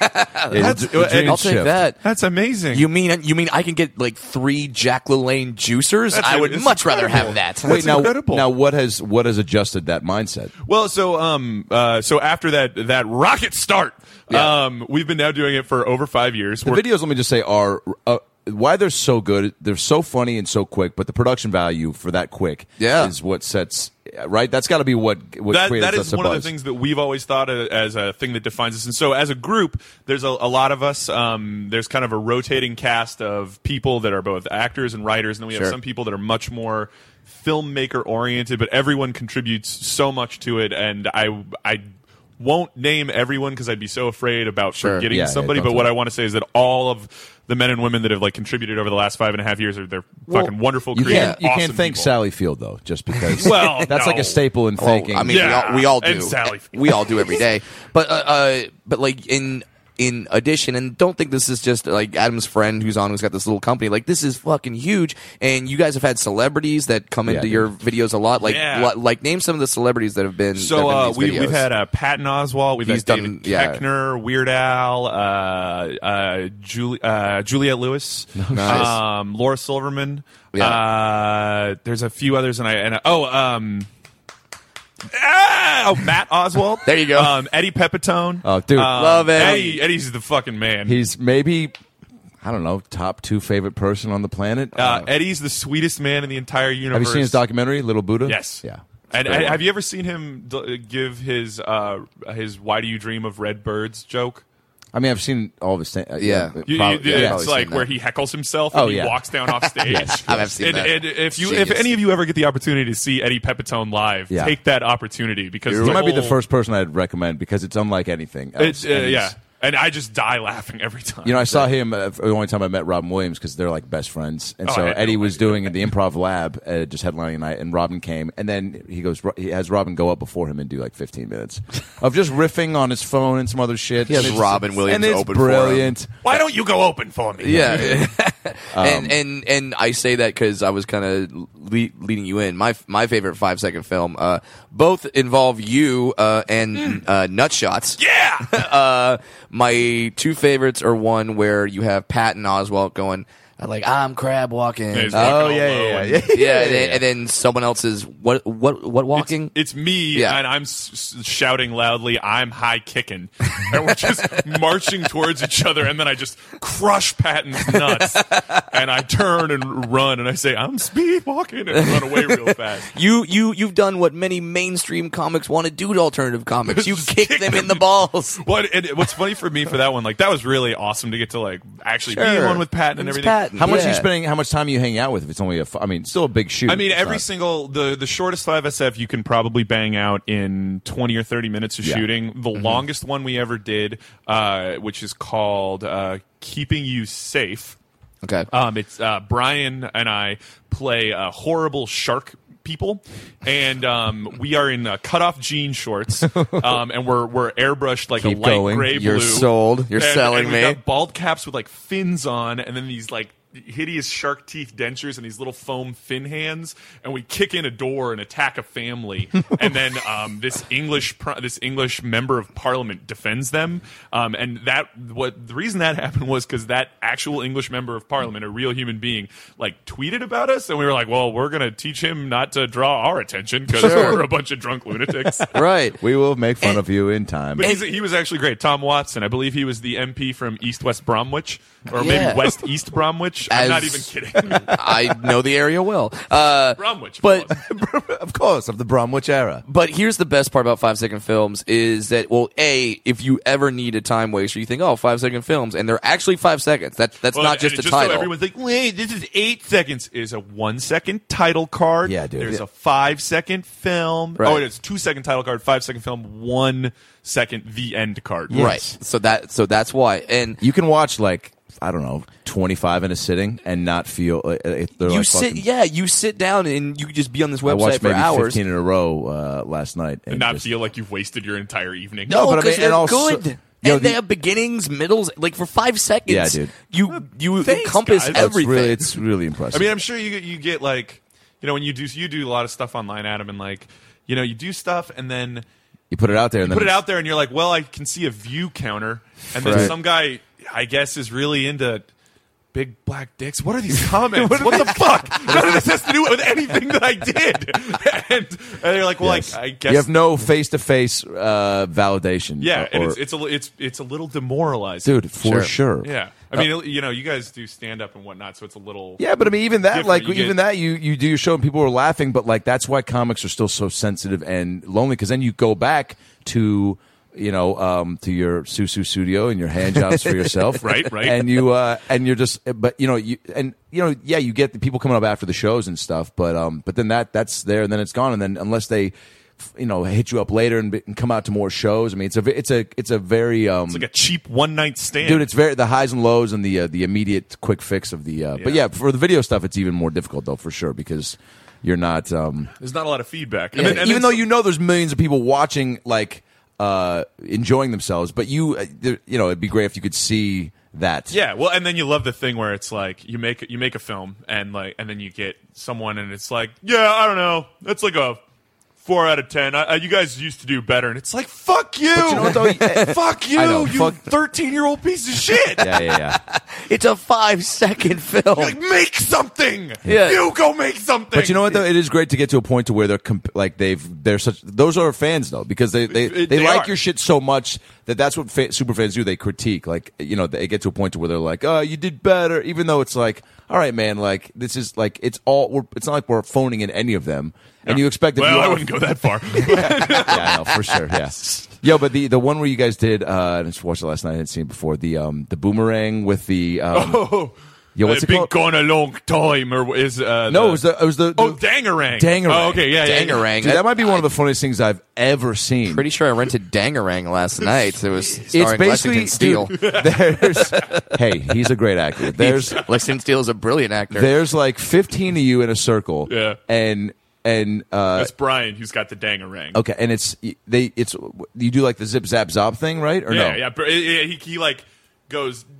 Speaker 1: That's,
Speaker 3: I'll take that.
Speaker 2: That's amazing.
Speaker 3: You mean you mean I can get like three Jack LaLanne juicers?
Speaker 2: That's
Speaker 3: I
Speaker 2: it.
Speaker 3: would
Speaker 2: It's
Speaker 3: much rather have
Speaker 2: incredible.
Speaker 3: that.
Speaker 1: Wait, now,
Speaker 2: incredible.
Speaker 1: now what has what has adjusted that mindset?
Speaker 2: Well, so um, uh, so after that that rocket start,
Speaker 3: Yeah.
Speaker 2: um, we've been now doing it for over five years.
Speaker 1: The
Speaker 2: We're-
Speaker 1: videos, let me just say, are uh, why they're so good. They're so funny and so quick, but the production value for that quick
Speaker 3: Yeah.
Speaker 1: is what sets right. That's got to be what what
Speaker 2: that,
Speaker 1: creates
Speaker 2: that
Speaker 1: us
Speaker 2: is
Speaker 1: a
Speaker 2: one of the
Speaker 1: buzz.
Speaker 2: things that we've always thought of as a thing that defines us. And so, as a group, there's a, a lot of us. Um, there's kind of a rotating cast of people that are both actors and writers, and then we have
Speaker 1: Sure.
Speaker 2: some people that are much more filmmaker oriented. But everyone contributes so much to it, and I I won't name everyone because I'd be so afraid about forgetting
Speaker 1: Yeah, yeah,
Speaker 2: somebody.
Speaker 1: don't
Speaker 2: but
Speaker 1: do
Speaker 2: what
Speaker 1: that.
Speaker 2: I want to say is that all of the men and women that have like contributed over the last five and a half years are they're fucking wonderful.
Speaker 1: You
Speaker 2: creative,
Speaker 1: can't you
Speaker 2: awesome
Speaker 1: can't thank
Speaker 2: people.
Speaker 1: Sally Field though, just because.
Speaker 2: Well,
Speaker 1: that's like
Speaker 2: no.
Speaker 1: a staple in
Speaker 3: Well,
Speaker 1: thinking.
Speaker 3: I mean,
Speaker 2: Yeah.
Speaker 3: we, all, we all do.
Speaker 2: And Sally.
Speaker 3: We all do every day. But uh, uh, but like in in addition, and don't think this is just like Adam's friend who's on who's got this little company. Like this is fucking huge, and you guys have had celebrities that come into
Speaker 1: dude.
Speaker 3: your videos a lot. Like
Speaker 2: Yeah.
Speaker 3: li- like name some of the celebrities that have been.
Speaker 2: So
Speaker 3: that
Speaker 2: uh,
Speaker 3: have been in
Speaker 2: we,
Speaker 3: these
Speaker 2: we've
Speaker 3: videos.
Speaker 2: had uh, Patton Oswalt, we've
Speaker 3: He's
Speaker 2: had
Speaker 3: done-
Speaker 2: David
Speaker 3: yeah.
Speaker 2: Koechner, Weird Al, uh, uh, Julie, uh, Juliette Lewis,
Speaker 3: Nice.
Speaker 2: um, Laura Silverman.
Speaker 3: Yeah.
Speaker 2: Uh, there's a few others, and I and I, oh um. ah, oh, Matt Oswald.
Speaker 3: There you go.
Speaker 2: Um, Eddie Pepitone. Um,
Speaker 1: Oh, dude.
Speaker 3: Love Eddie.
Speaker 2: Eddie. Eddie's the fucking man.
Speaker 1: he's maybe I don't know top two favorite person on the planet.
Speaker 2: uh, Eddie's the sweetest man in the entire universe.
Speaker 1: have you seen his documentary, Little Buddha?
Speaker 2: Yes.
Speaker 1: Yeah.
Speaker 2: And
Speaker 1: Great
Speaker 2: and
Speaker 1: one.
Speaker 2: have you ever seen him d- give his uh, his "Why do you dream of red birds?" joke?
Speaker 1: I mean, I've seen all of his. Thing,
Speaker 3: Yeah.
Speaker 2: You, you,
Speaker 1: probably- yeah.
Speaker 2: it's like
Speaker 3: Probably seen that.
Speaker 2: where he heckles himself and
Speaker 1: Oh,
Speaker 2: he
Speaker 1: yeah.
Speaker 2: walks down off stage.
Speaker 3: I've seen
Speaker 2: and,
Speaker 3: that.
Speaker 2: and if you, if
Speaker 3: Genius.
Speaker 2: any of you ever get the opportunity to see Eddie Pepitone live,
Speaker 1: Yeah.
Speaker 2: take that opportunity because
Speaker 1: He
Speaker 2: the
Speaker 1: might be the
Speaker 2: whole-
Speaker 1: first person I'd recommend because it's unlike anything. Else.
Speaker 2: It's, uh,
Speaker 1: And it's-
Speaker 2: yeah, and I just die laughing every time.
Speaker 1: You know, I saw him uh, the only time I met Robin Williams because they're like best friends, and
Speaker 2: Oh,
Speaker 1: so
Speaker 2: I had no
Speaker 1: Eddie was doing the improv lab, uh, just headlining a night, and Robin came, and then he goes, he has Robin go up before him and do like 15 minutes of just riffing on his phone and some other shit.
Speaker 3: He has
Speaker 1: And it's-
Speaker 3: Robin Williams
Speaker 1: and it's
Speaker 3: open for him.
Speaker 1: brilliant.
Speaker 2: Why don't you go open for me?
Speaker 3: Yeah, Um, and and and I say that because I was kind of le- leading you in. My my favorite five second film, uh, both involve you uh, and uh, Nutshots.
Speaker 2: Hmm. Yeah.
Speaker 3: uh, my two favorites are one where you have Patton Oswalt going. I'm like, I'm crab walking.
Speaker 2: Yeah, he's
Speaker 3: Uh,
Speaker 1: Oh
Speaker 2: walking
Speaker 1: yeah,
Speaker 2: all low
Speaker 1: yeah,
Speaker 2: and-
Speaker 1: yeah. yeah.
Speaker 3: yeah, and, then, and then someone else is what what what walking?
Speaker 2: It's me,
Speaker 3: Yeah.
Speaker 2: and I'm s- s- shouting loudly, I'm high kicking. And we're just marching towards each other, and then I just crush Patton's nuts. and I turn and run, and I say, I'm speed walking, and run away real fast.
Speaker 3: You you you've done what many mainstream comics want to do to alternative comics. You kick them in the balls.
Speaker 2: What, and what's funny for me for that one, like, that was really awesome to get to, like, actually be
Speaker 3: Sure.
Speaker 2: one with Patton and
Speaker 3: It's
Speaker 2: everything.
Speaker 3: Patton.
Speaker 1: How much
Speaker 3: Yeah.
Speaker 1: you spending? How much time you hang out with? If it's only a, f- I mean, still a big shoot.
Speaker 2: I mean,
Speaker 1: It's
Speaker 2: every
Speaker 1: not-
Speaker 2: single the the shortest live SF you can probably bang out in twenty or thirty minutes of
Speaker 1: Yeah.
Speaker 2: shooting. The
Speaker 3: Mm-hmm.
Speaker 2: longest one we ever did, uh, which is called uh, "Keeping You Safe."
Speaker 3: Okay.
Speaker 2: Um, it's uh, Brian and I play uh, horrible shark people, and um, we are in uh, cutoff jean shorts, um, and we're we're airbrushed like
Speaker 1: Keep
Speaker 2: a light
Speaker 1: going.
Speaker 2: gray
Speaker 3: You're
Speaker 2: blue.
Speaker 3: sold. You're
Speaker 2: And-
Speaker 3: selling
Speaker 2: and
Speaker 3: me.
Speaker 2: We got bald caps with like fins on, and then these like hideous shark teeth dentures and these little foam fin hands and we kick in a door and attack a family and then um, this english pr- this english member of parliament defends them um, and that what the reason that happened was because that actual english member of parliament a real human being like tweeted about us and we were like well we're gonna teach him not to draw our attention because we're a bunch of drunk lunatics
Speaker 3: right.
Speaker 1: we will make fun of you in time.
Speaker 2: but he's, he was actually great. Tom Watson, I believe he was the MP from East West Bromwich, or
Speaker 3: Yeah.
Speaker 2: maybe West East Bromwich. I'm not even
Speaker 3: As-
Speaker 2: kidding.
Speaker 3: I know the area well. Uh,
Speaker 2: Bromwich, of
Speaker 3: but
Speaker 2: course.
Speaker 1: of course, of the Bromwich era.
Speaker 3: but here's the best part about five second films is that well, a if you ever need a time waster, you think oh five second films, and they're actually five seconds. That's that's
Speaker 2: Well,
Speaker 3: not
Speaker 2: and
Speaker 3: just a
Speaker 2: just
Speaker 3: title.
Speaker 2: So everyone's like, wait, this is eight seconds. Is a one second title card.
Speaker 1: Yeah, dude.
Speaker 2: There's
Speaker 1: Yeah.
Speaker 2: a five second film.
Speaker 3: Right.
Speaker 2: Oh, it's two second title card, five second film, one second the end card.
Speaker 3: Right. So that so that's why. And
Speaker 1: You can watch like I don't know, twenty five in a sitting and not feel. Uh, it, they're
Speaker 3: you
Speaker 1: like
Speaker 3: sit
Speaker 1: fucking-
Speaker 3: yeah, you sit down and you just be on this
Speaker 1: I
Speaker 3: website
Speaker 1: watched
Speaker 3: for
Speaker 1: maybe
Speaker 3: hours.
Speaker 1: fifteen in a row uh, last night.
Speaker 2: And not
Speaker 1: just-
Speaker 2: feel like you've wasted your entire evening.
Speaker 1: No, but I
Speaker 3: 'cause
Speaker 1: mean, and
Speaker 3: they're
Speaker 1: also-
Speaker 3: good.
Speaker 1: Yo,
Speaker 3: and
Speaker 1: the-
Speaker 3: they have beginnings, middles, like for five seconds.
Speaker 1: Yeah, dude.
Speaker 3: You you
Speaker 2: Thanks,
Speaker 3: encompass
Speaker 2: guys. That's
Speaker 1: It's
Speaker 3: everything.
Speaker 1: really, it's really impressive.
Speaker 2: I mean, I'm sure you get- you get like, you know, when you do you do a lot of stuff online, Adam, and like, you know, you do stuff and then
Speaker 1: you put it out there, and then
Speaker 2: put it
Speaker 1: it's-
Speaker 2: out there and you're like, well, I can see a view counter, and then
Speaker 1: Right.
Speaker 2: some guy, I guess, is really into big black dicks. What are these comments? what, the fuck? None of this has to do with anything that I did. and, and you're like, well,
Speaker 1: Yes.
Speaker 2: I, I guess
Speaker 1: you have no face to face validation. uh,
Speaker 2: yeah,
Speaker 1: or-
Speaker 2: and it's
Speaker 1: or-
Speaker 2: it's a li- it's it's a little demoralizing,
Speaker 1: dude, for
Speaker 3: Sure.
Speaker 1: sure.
Speaker 2: Yeah, I mean, you know, you guys do stand up and whatnot, so it's a little
Speaker 1: Yeah, but I mean, even that,
Speaker 2: Different,
Speaker 1: like,
Speaker 2: you get-
Speaker 1: even that, you you do your show and people are laughing, but like, that's why comics are still so sensitive and lonely because then you go back to you know um, to your susu studio and your hand jobs for yourself,
Speaker 2: Right, right.
Speaker 1: and you uh, and you're just, but you know, you and you know, yeah, you get the people coming up after the shows and stuff, but um, but then that that's there and then it's gone, and then unless they. You know, hit you up later and, be- and come out to more shows. I mean, it's a ve- it's a it's a very um,
Speaker 2: It's like a cheap one night stand,
Speaker 1: dude it's very the highs and lows and the uh, the immediate quick fix of the uh, but yeah
Speaker 2: Yeah.
Speaker 1: for the video stuff it's even more difficult though for sure because you're not um
Speaker 2: There's not a lot of feedback,
Speaker 1: and even though you know there's millions of people watching like uh enjoying themselves but you uh, there- you know it'd be great if you could see that
Speaker 2: Yeah, well, and then you love the thing where it's like you make you make a film and like and then you get someone and it's like, yeah, I don't know, that's like a four out of ten. I, I, you guys used to do better, and it's like, fuck you,
Speaker 1: you know what, though?
Speaker 2: fuck you,
Speaker 1: I know,
Speaker 2: you
Speaker 1: fuck-
Speaker 2: thirteen year old piece of shit.
Speaker 1: yeah yeah yeah
Speaker 3: It's a five second film.
Speaker 2: Like make something.
Speaker 3: Yeah.
Speaker 2: You go make something.
Speaker 1: but you know what though it is great to get to a point to where they're comp- like they've they're such those are fans though because they they, they,
Speaker 2: They
Speaker 1: like
Speaker 2: are.
Speaker 1: your shit so much that that's what fa- super fans do they critique like you know they get to a point to where they're like oh you did better even though it's like all right man like this is like it's all we're, it's not like we're phoning in any of them and you expect that
Speaker 2: Well,
Speaker 1: you
Speaker 2: I
Speaker 1: are-
Speaker 2: wouldn't go that far.
Speaker 1: yeah, I know, for sure. Yeah. Yo, but the, the one where you guys did, uh, I just watched it last night. I hadn't seen it before. The um the boomerang with the um,
Speaker 2: oh,
Speaker 1: yo, what's
Speaker 2: I've
Speaker 1: it
Speaker 2: been
Speaker 1: called?
Speaker 2: gone a long time. Or is uh,
Speaker 1: no, it was the it was the,
Speaker 2: oh
Speaker 1: the-
Speaker 2: dangerang.
Speaker 1: Dangarang.
Speaker 2: Oh, okay, yeah, yeah, yeah.
Speaker 3: Dangarang.
Speaker 1: Dude, that might be one of the funniest things I've ever seen.
Speaker 3: Pretty sure I rented Dangarang last night. It was
Speaker 1: it's
Speaker 3: starring
Speaker 1: basically
Speaker 3: Lexington Steele.
Speaker 1: dude, there's hey, he's a great actor. There's
Speaker 3: Lexington Steele is a brilliant actor.
Speaker 1: there's like 15 of you in a circle.
Speaker 2: Yeah.
Speaker 1: And and uh
Speaker 2: That's Brian who's got the dangarang.
Speaker 1: okay, and it's they it's you do like the zip zap zop thing, right? Or
Speaker 2: Yeah,
Speaker 1: no?
Speaker 2: yeah. but it- it- He, he like goes. "Dang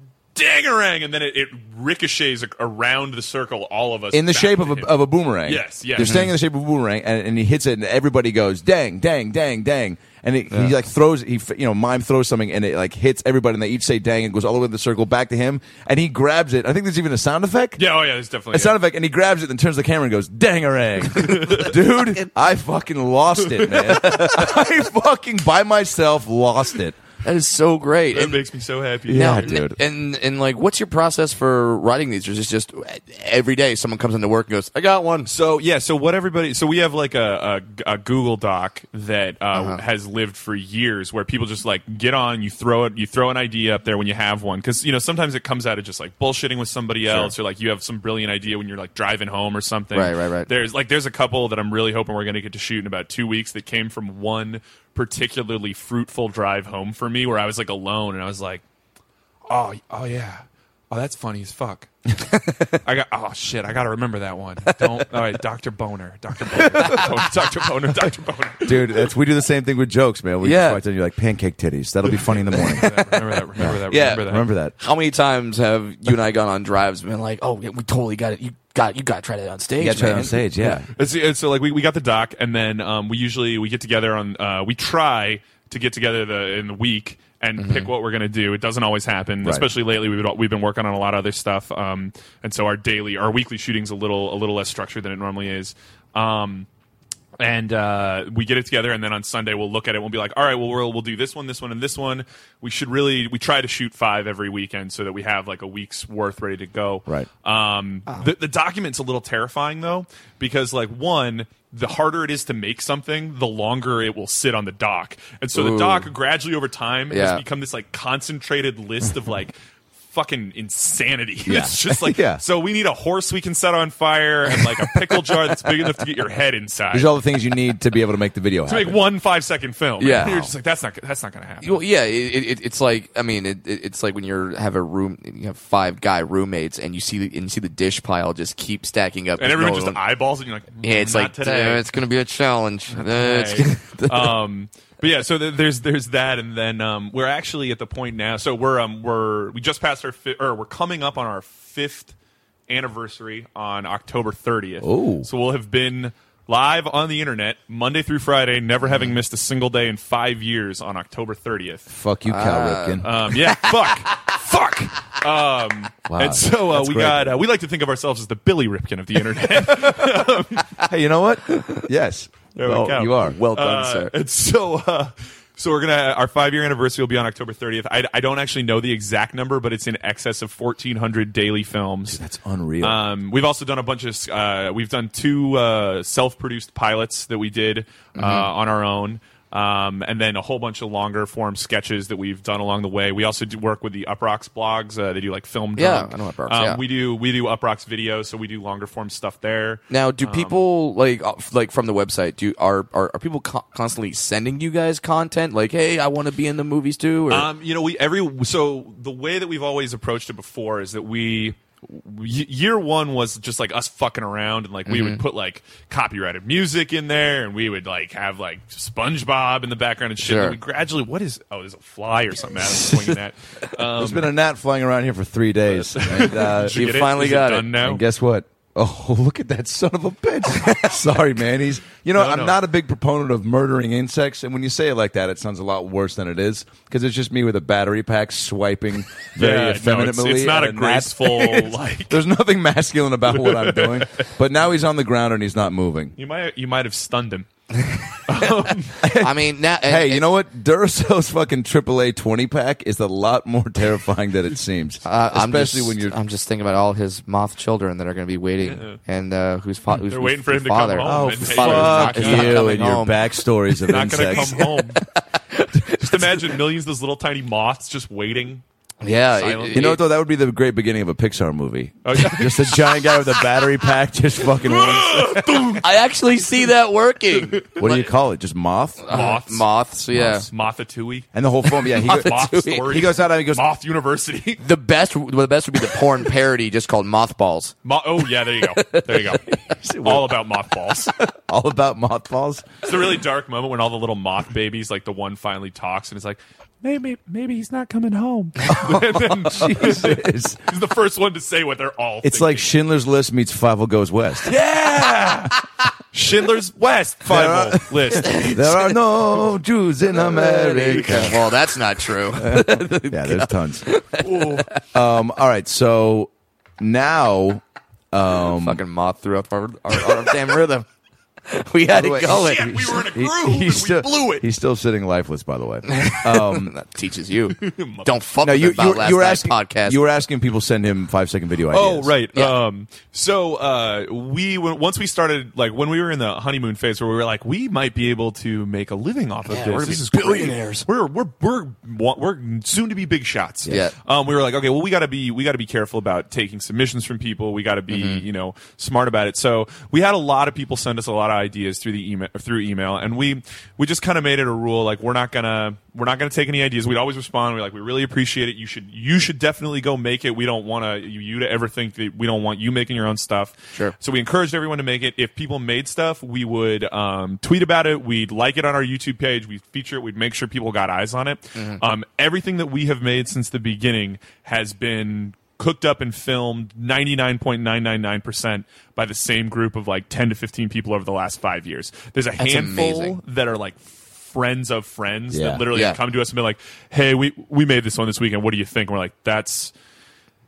Speaker 2: dangerang, and then it, it ricochets ac- around the circle. All of us
Speaker 1: in the
Speaker 2: back
Speaker 1: shape
Speaker 2: to
Speaker 1: of a,
Speaker 2: him.
Speaker 1: of a boomerang.
Speaker 2: Yes, yes.
Speaker 1: They're staying in the shape of a boomerang, and, and he hits it, and everybody goes dang, dang, dang, dang, and it, he like throws, he f- you know, mime throws something, and it like hits everybody, and they each say dang, and goes all the way to the circle back to him, and he grabs it. I think there's even a sound effect.
Speaker 2: Yeah, oh yeah, it's definitely
Speaker 1: A sound effect, and he grabs it and turns the camera and goes, "Dangerang, dude! I fucking lost it, man. I fucking by myself lost it.
Speaker 3: That is so great.
Speaker 2: That
Speaker 3: And-
Speaker 2: makes me so happy.
Speaker 1: Yeah.
Speaker 3: Now,
Speaker 1: dude.
Speaker 3: And and like, what's your process for writing these? Or is it just every day someone comes into work and goes, "I got one."
Speaker 2: So yeah, so what everybody, so we have like a a, a Google Doc that uh,
Speaker 3: Uh-huh.
Speaker 2: has lived for years, where people just like get on, you throw it, you throw an idea up there when you have one, because you know sometimes it comes out of just like bullshitting with somebody else, or like you have some brilliant idea when you're like driving home or something.
Speaker 3: Right, right, right.
Speaker 2: There's like there's a couple that I'm really hoping we're gonna get to shoot in about two weeks that came from one particularly fruitful drive home for me, where I was like alone and I was like, oh, oh yeah. Oh, that's funny as fuck. I got oh shit, I gotta remember that one. Don't all right, Doctor Boner. Doctor Boner. Doctor Boner, Doctor Boner.
Speaker 1: Dude, that's we do the same thing with jokes, man. We
Speaker 3: Yeah.
Speaker 1: just walked in, you're like pancake titties. That'll be funny in the morning.
Speaker 2: Remember that, remember that,
Speaker 3: Yeah,
Speaker 2: remember that.
Speaker 1: Remember that.
Speaker 3: How many times have you and I gone on drives and been like, "Oh, yeah, we totally got it. You got you got to try that on stage."
Speaker 1: You got to try it
Speaker 3: man."
Speaker 1: on stage, yeah.
Speaker 2: It's, it's, so like we, we got the doc, and then um, we usually we get together on uh, we try to get together the in the week and pick what we're gonna do. It doesn't always happen,
Speaker 1: Mm-hmm. Right.
Speaker 2: especially lately. We've been, we've been working on a lot of other stuff, um, and so our daily our weekly shooting's a little a little less structured than it normally is. Um, and uh, we get it together, and then on Sunday we'll look at it. We'll be like, "All right, well, we'll we'll do this one, this one, and this one." We should really we try to shoot five every weekend so that we have like a week's worth ready to go.
Speaker 1: Right.
Speaker 2: Um, the, the document's a little terrifying though, because like one, the harder it is to make something, the longer it will sit on the dock, and so the
Speaker 3: Ooh.
Speaker 2: dock gradually over time
Speaker 3: Yeah.
Speaker 2: has become this like concentrated list of like. Fucking insanity! it's just like
Speaker 1: Yeah.
Speaker 2: so. We need a horse we can set on fire, and like a pickle jar that's big enough to get your head inside
Speaker 1: There's all the things you need to be able to make the video
Speaker 2: to
Speaker 1: happen.
Speaker 2: make one five second film.
Speaker 3: Yeah.
Speaker 2: you're just like that's not that's not gonna happen.
Speaker 3: Well, yeah, it, it, it's like I mean, it, it, it's like when you have a room, you have five guy roommates, and you see the and you see the dish pile just keep stacking up,
Speaker 2: and
Speaker 3: no
Speaker 2: everyone just
Speaker 3: one-
Speaker 2: eyeballs it. And you're like, "Mm,
Speaker 3: yeah, it's
Speaker 2: "Not
Speaker 3: like "Dude,
Speaker 2: today.
Speaker 3: it's gonna be a challenge. Uh, it's
Speaker 2: Right.
Speaker 3: gonna-
Speaker 2: um, but yeah, so th- there's there's that, and then um, we're actually at the point now. So we're um we're we just passed our fi- or we're coming up on our fifth anniversary on October 30th.
Speaker 1: Ooh.
Speaker 2: so we'll have been live on the internet Monday through Friday, never
Speaker 3: Mm.
Speaker 2: having missed a single day in five years on October 30th.
Speaker 1: Fuck you, Cal Ripken.
Speaker 2: Um, yeah, fuck, fuck. Um,
Speaker 1: Wow.
Speaker 2: and so uh,
Speaker 1: That's
Speaker 2: we
Speaker 1: great.
Speaker 2: got uh, we like to think of ourselves as the Billy Ripkin of the internet.
Speaker 1: hey, you know what? Yes.
Speaker 2: There we
Speaker 1: Well,
Speaker 2: go.
Speaker 1: You are.
Speaker 3: well done,
Speaker 2: Uh,
Speaker 3: sir.
Speaker 2: and so, uh, so we're gonna our five year anniversary will be on October 30th. I, I don't actually know the exact number, but it's in excess of 1,400 daily films.
Speaker 1: That's unreal.
Speaker 2: Um, we've also done a bunch of uh, we've done two uh, self produced pilots that we did
Speaker 3: Mm-hmm.
Speaker 2: uh, on our own. Um, and then a whole bunch of longer form sketches that we've done along the way. We also do work with the Up Rocks blogs. Uh, they do like film.
Speaker 3: Yeah,
Speaker 2: Drunk.
Speaker 3: I know Up Rocks,
Speaker 2: Um,
Speaker 3: yeah.
Speaker 2: We do we do Up Rocks videos, so we do longer form stuff there.
Speaker 3: Now, do people like uh, f- like from the website? Do are are, are people co- constantly sending you guys content? Like, hey, I want to be in the movies too. Or,
Speaker 2: Um, you know, we every so the way that we've always approached it before is that we y- year one was just like us fucking around and like we would put like copyrighted music in there and we would like have like SpongeBob in the background and shit.
Speaker 3: Sure.
Speaker 2: And we gradually, what is? Oh, there's a fly or something out of swinging that. Um,
Speaker 1: There's been a gnat flying around here for three days. And, uh,
Speaker 2: did you
Speaker 3: you
Speaker 2: get
Speaker 3: finally
Speaker 2: Is
Speaker 3: got it.
Speaker 2: done now.
Speaker 1: and guess what? Oh, look at that son of a bitch. Sorry, man. He's, you know,
Speaker 2: No,
Speaker 1: I'm
Speaker 2: no.
Speaker 1: not a big proponent of murdering insects. And when you say it like that, it sounds a lot worse than it is because it's just me with a battery pack swiping very
Speaker 2: Yeah, no, it's-
Speaker 1: effeminately.
Speaker 2: it's not
Speaker 1: at
Speaker 2: a
Speaker 1: gnat.
Speaker 2: graceful,
Speaker 1: It's-
Speaker 2: like-
Speaker 1: There's nothing masculine about what I'm doing. But now he's on the ground and he's not moving.
Speaker 2: you might you might have stunned him.
Speaker 3: I mean, now, and-
Speaker 1: Hey, you know what? Duracell's fucking AAA 20 pack is a lot more terrifying than it seems.
Speaker 3: Uh, I'm
Speaker 1: Especially
Speaker 3: just-
Speaker 1: when you're.
Speaker 3: I'm just thinking about all his moth children that are going to be waiting, and uh, who's, fa- who's
Speaker 2: They're waiting for
Speaker 3: whose
Speaker 2: him to come
Speaker 3: father.
Speaker 2: home.
Speaker 1: Oh,
Speaker 2: and
Speaker 3: his
Speaker 2: they-
Speaker 3: father is not
Speaker 1: fuck
Speaker 3: coming
Speaker 1: you and your
Speaker 3: home.
Speaker 1: backstories of
Speaker 2: Not gonna
Speaker 1: insects.
Speaker 2: come home. just imagine millions of those little tiny moths just waiting.
Speaker 3: Yeah,
Speaker 2: Silent.
Speaker 1: You know what though? That would be the great beginning of a Pixar movie.
Speaker 2: Oh, yeah.
Speaker 1: Just a giant guy with a battery pack, just fucking. runs.
Speaker 3: I actually see that working.
Speaker 1: What do you call it? Just moth.
Speaker 2: Moths.
Speaker 3: Uh-huh. Moths, yeah.
Speaker 1: Moths.
Speaker 2: Mothatui.
Speaker 1: And the whole film. Yeah, he, go-
Speaker 2: Moth
Speaker 3: Moths.
Speaker 2: story.
Speaker 1: he goes out and he goes.
Speaker 2: Moth University.
Speaker 3: The best, well, the best would be the porn parody just called Mothballs.
Speaker 2: Mo- oh yeah, there you go. There you go. all about mothballs.
Speaker 1: All about mothballs.
Speaker 2: It's the really dark moment when all the little moth babies, like the one, finally talks and it's like,
Speaker 4: maybe maybe he's not coming home.
Speaker 1: Jesus.
Speaker 2: He's the first one to say what they're all.
Speaker 1: It's like Schindler's List meets Five Goes West.
Speaker 2: yeah, Schindler's West final list.
Speaker 1: There are no Jews in America.
Speaker 3: well, that's not true.
Speaker 1: Yeah, there's tons. um, all right, so now
Speaker 3: Fucking moth threw up our, our, our damn rhythm. We had it going.
Speaker 2: Shit, we were in a
Speaker 1: he-
Speaker 2: groove. and
Speaker 1: he's still
Speaker 2: we blew it.
Speaker 1: he's still sitting lifeless. By the way,
Speaker 3: That teaches you. Don't fuck
Speaker 1: no,
Speaker 3: with
Speaker 1: you
Speaker 3: about
Speaker 1: you, were-
Speaker 3: last
Speaker 1: you were
Speaker 3: night's
Speaker 1: asking
Speaker 3: podcast.
Speaker 1: you were asking people send him five second video ideas.
Speaker 2: Oh right.
Speaker 3: Yeah.
Speaker 2: Um, so uh, we went, once we started like when we were in the honeymoon phase where we were like we might be able to make a living off of
Speaker 3: Yeah,
Speaker 2: this.
Speaker 3: we're gonna
Speaker 2: this
Speaker 3: be
Speaker 2: is great.
Speaker 3: billionaires.
Speaker 2: We're we're we're wa- we're soon to be big shots.
Speaker 3: Yeah.
Speaker 2: Um, we were like okay, well we got to be we got to be careful about taking submissions from people. We got to be you know smart about it. So we had a lot of people send us a lot of ideas through the email through email, and we we just kind of made it a rule like we're not gonna we're not gonna take any ideas. We'd always respond. We're like we really appreciate it. You should you should definitely go make it. We don't want to you to ever think that we don't want you making your own stuff.
Speaker 3: Sure.
Speaker 2: So we encouraged everyone to make it. If people made stuff, we would um, tweet about it. We'd like it on our YouTube page. We'd feature it. We'd make sure people got eyes on it.
Speaker 3: Mm-hmm.
Speaker 2: Um, everything that we have made since the beginning has been cooked up and filmed 99.999% by the same group of like 10 to 15 people over the last five years. There's a handful
Speaker 3: amazing.
Speaker 2: that are like friends of friends
Speaker 1: Yeah.
Speaker 2: that literally
Speaker 3: Yeah.
Speaker 2: have come to us and been like, hey, we, we made this one this weekend. What do you think? And we're like, that's.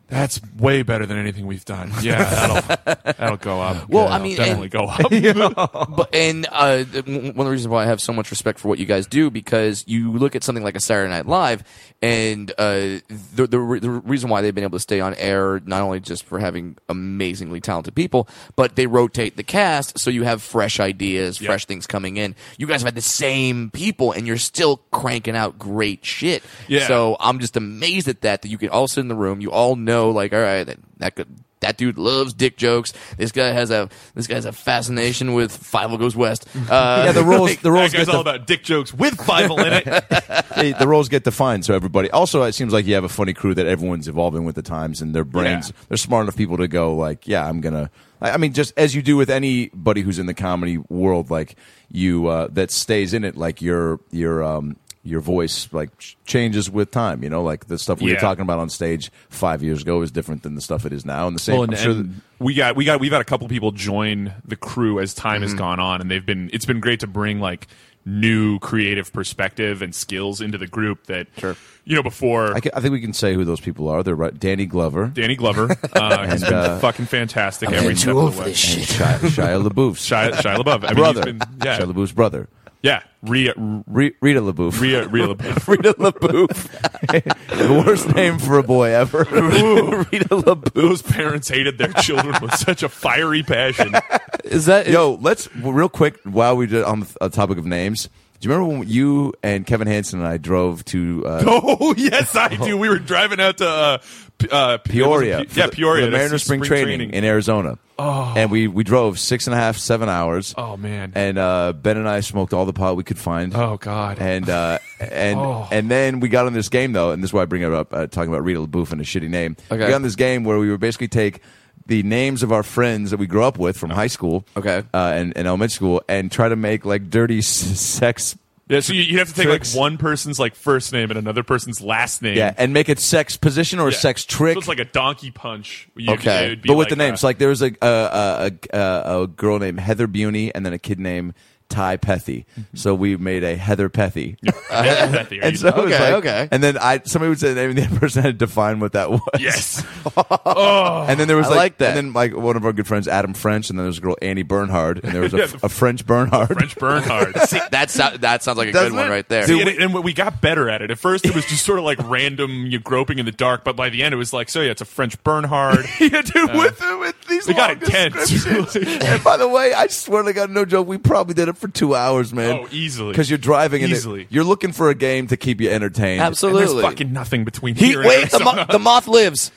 Speaker 2: That's way better than anything we've done. Yeah, that'll, that'll go up.
Speaker 3: Well,
Speaker 2: Yeah,
Speaker 3: I
Speaker 2: that'll
Speaker 3: mean,
Speaker 2: definitely
Speaker 3: and-
Speaker 2: go up.
Speaker 3: But and uh, th- w- one of the reasons why I have so much respect for what you guys do because you look at something like a Saturday Night Live, and uh, the, the re- the reason why they've been able to stay on air not only just for having amazingly talented people, but they rotate the cast so you have fresh ideas,
Speaker 2: Yeah.
Speaker 3: fresh things coming in. You guys have had the same people, and you're still cranking out great shit.
Speaker 2: Yeah.
Speaker 3: So I'm just amazed at that that you can all sit in the room, you all know like all right that that could that dude loves dick jokes. This guy has a this guy has a fascination with Five Goes West. Uh,
Speaker 1: Yeah, the roles the roles
Speaker 2: That
Speaker 1: get
Speaker 2: guy's all
Speaker 1: the,
Speaker 2: about dick jokes with Bible in it.
Speaker 1: they- the roles get defined. So everybody. Also, it seems like you have a funny crew that everyone's evolving with the times, and their brains
Speaker 2: Yeah.
Speaker 1: they're smart enough people to go like, yeah, I'm gonna. I I mean, just as you do with anybody who's in the comedy world, like you uh, that stays in it, like your your um, your voice like ch- changes with time. You know, like the stuff we were
Speaker 2: Yeah.
Speaker 1: talking about on stage five years ago is different than the stuff it is now, and the same.
Speaker 4: Well, and-
Speaker 1: I'm sure that-
Speaker 4: and-
Speaker 2: We got we got we've had a couple people join the crew as time
Speaker 1: Mm-hmm.
Speaker 2: has gone on, and they've been it's been great to bring like new creative perspective and skills into the group that you know before
Speaker 1: I, ca- I think we can say who those people are. They're right. Danny Glover.
Speaker 2: Danny Glover uh, has
Speaker 1: And,
Speaker 2: been
Speaker 1: uh,
Speaker 2: fucking fantastic every step of the way.
Speaker 1: and Shia, Shia LaBeouf's
Speaker 2: Shia, Shia LaBeouf, I mean,
Speaker 1: brother.
Speaker 2: He's been, yeah,
Speaker 1: Shia LaBeouf's brother.
Speaker 2: yeah, Rhea, R-
Speaker 1: Re- Rita LaBeouf.
Speaker 2: Rhea, Rhea LaBeouf.
Speaker 1: Rita LaBouf. the worst name for a boy ever. Rita LaBouf.
Speaker 2: Those parents hated their children with such a fiery passion.
Speaker 3: is that
Speaker 1: Yo, let's real quick while we did on the a topic of names. Do you remember when you and Kevin Hansen and I drove to uh,
Speaker 2: Oh yes, I do. We were driving out to uh, P- uh, P-
Speaker 1: Peoria?
Speaker 2: it was-
Speaker 1: for
Speaker 2: Yeah,
Speaker 1: the-
Speaker 2: Peoria.
Speaker 1: for the
Speaker 2: That's
Speaker 1: Mariners spring, training, in Arizona. Oh. And we we drove six and a half, seven hours.
Speaker 2: Oh, man.
Speaker 1: And uh, Ben and I smoked all the pot we could find.
Speaker 2: oh God. Oh.
Speaker 1: and uh, and and then we got on this game though, and this is why I bring it up, uh, talking about Rita LaBeouf and a shitty name.
Speaker 3: Okay.
Speaker 1: We got on this game where we would basically take the names of our friends that we grew up with from high school,
Speaker 3: Okay.
Speaker 1: uh, and, and elementary school, and try to make like dirty s- sex,
Speaker 2: yeah, so you, you have to take
Speaker 1: Tricks.
Speaker 2: like one person's like first name and another person's last name.
Speaker 1: yeah, and make it sex position or a
Speaker 2: Yeah.
Speaker 1: sex trick.
Speaker 2: So it's like a donkey punch. You-
Speaker 3: Okay.
Speaker 2: it would be
Speaker 1: but with the
Speaker 2: like,
Speaker 1: names, like there was a a, a a a girl named Heather Buney, and then a kid named Ty Pethy. So we made a Heather Pethy.
Speaker 2: uh, Mm-hmm. yeah, that theory.
Speaker 1: And so it was
Speaker 3: Okay,
Speaker 1: like-
Speaker 3: okay.
Speaker 1: And then I somebody would say the name, and the other person had to define what that was.
Speaker 2: yes, Oh,
Speaker 1: And then there was
Speaker 3: I
Speaker 1: like,
Speaker 3: like
Speaker 1: And
Speaker 3: that.
Speaker 1: then like one of our good friends, Adam French, and then there was a girl Annie Bernhard, and there was a,
Speaker 2: Yeah, the-
Speaker 1: a French Bernhard.
Speaker 2: French Bernhard.
Speaker 3: See, that sou- that sounds like a
Speaker 1: Doesn't
Speaker 3: good one
Speaker 1: it?
Speaker 3: right there.
Speaker 2: See, and, it- and we got better at it. At first, it was just sort of like random, you groping in the dark. But by the end, it was like, so yeah, it's a French Bernhard.
Speaker 1: yeah, dude, with, with these
Speaker 2: It got
Speaker 1: long
Speaker 2: intense.
Speaker 1: descriptions. and by the way, I swear to God, no joke, we probably did it for two hours, man.
Speaker 2: Oh, easily.
Speaker 1: Because you're driving and it-
Speaker 2: Easily.
Speaker 1: you're looking for a game to keep you entertained.
Speaker 2: And there's
Speaker 3: Absolutely.
Speaker 2: fucking nothing between
Speaker 3: he,
Speaker 2: here and
Speaker 3: wait, the, mo-
Speaker 2: Arizona.
Speaker 3: the moth lives.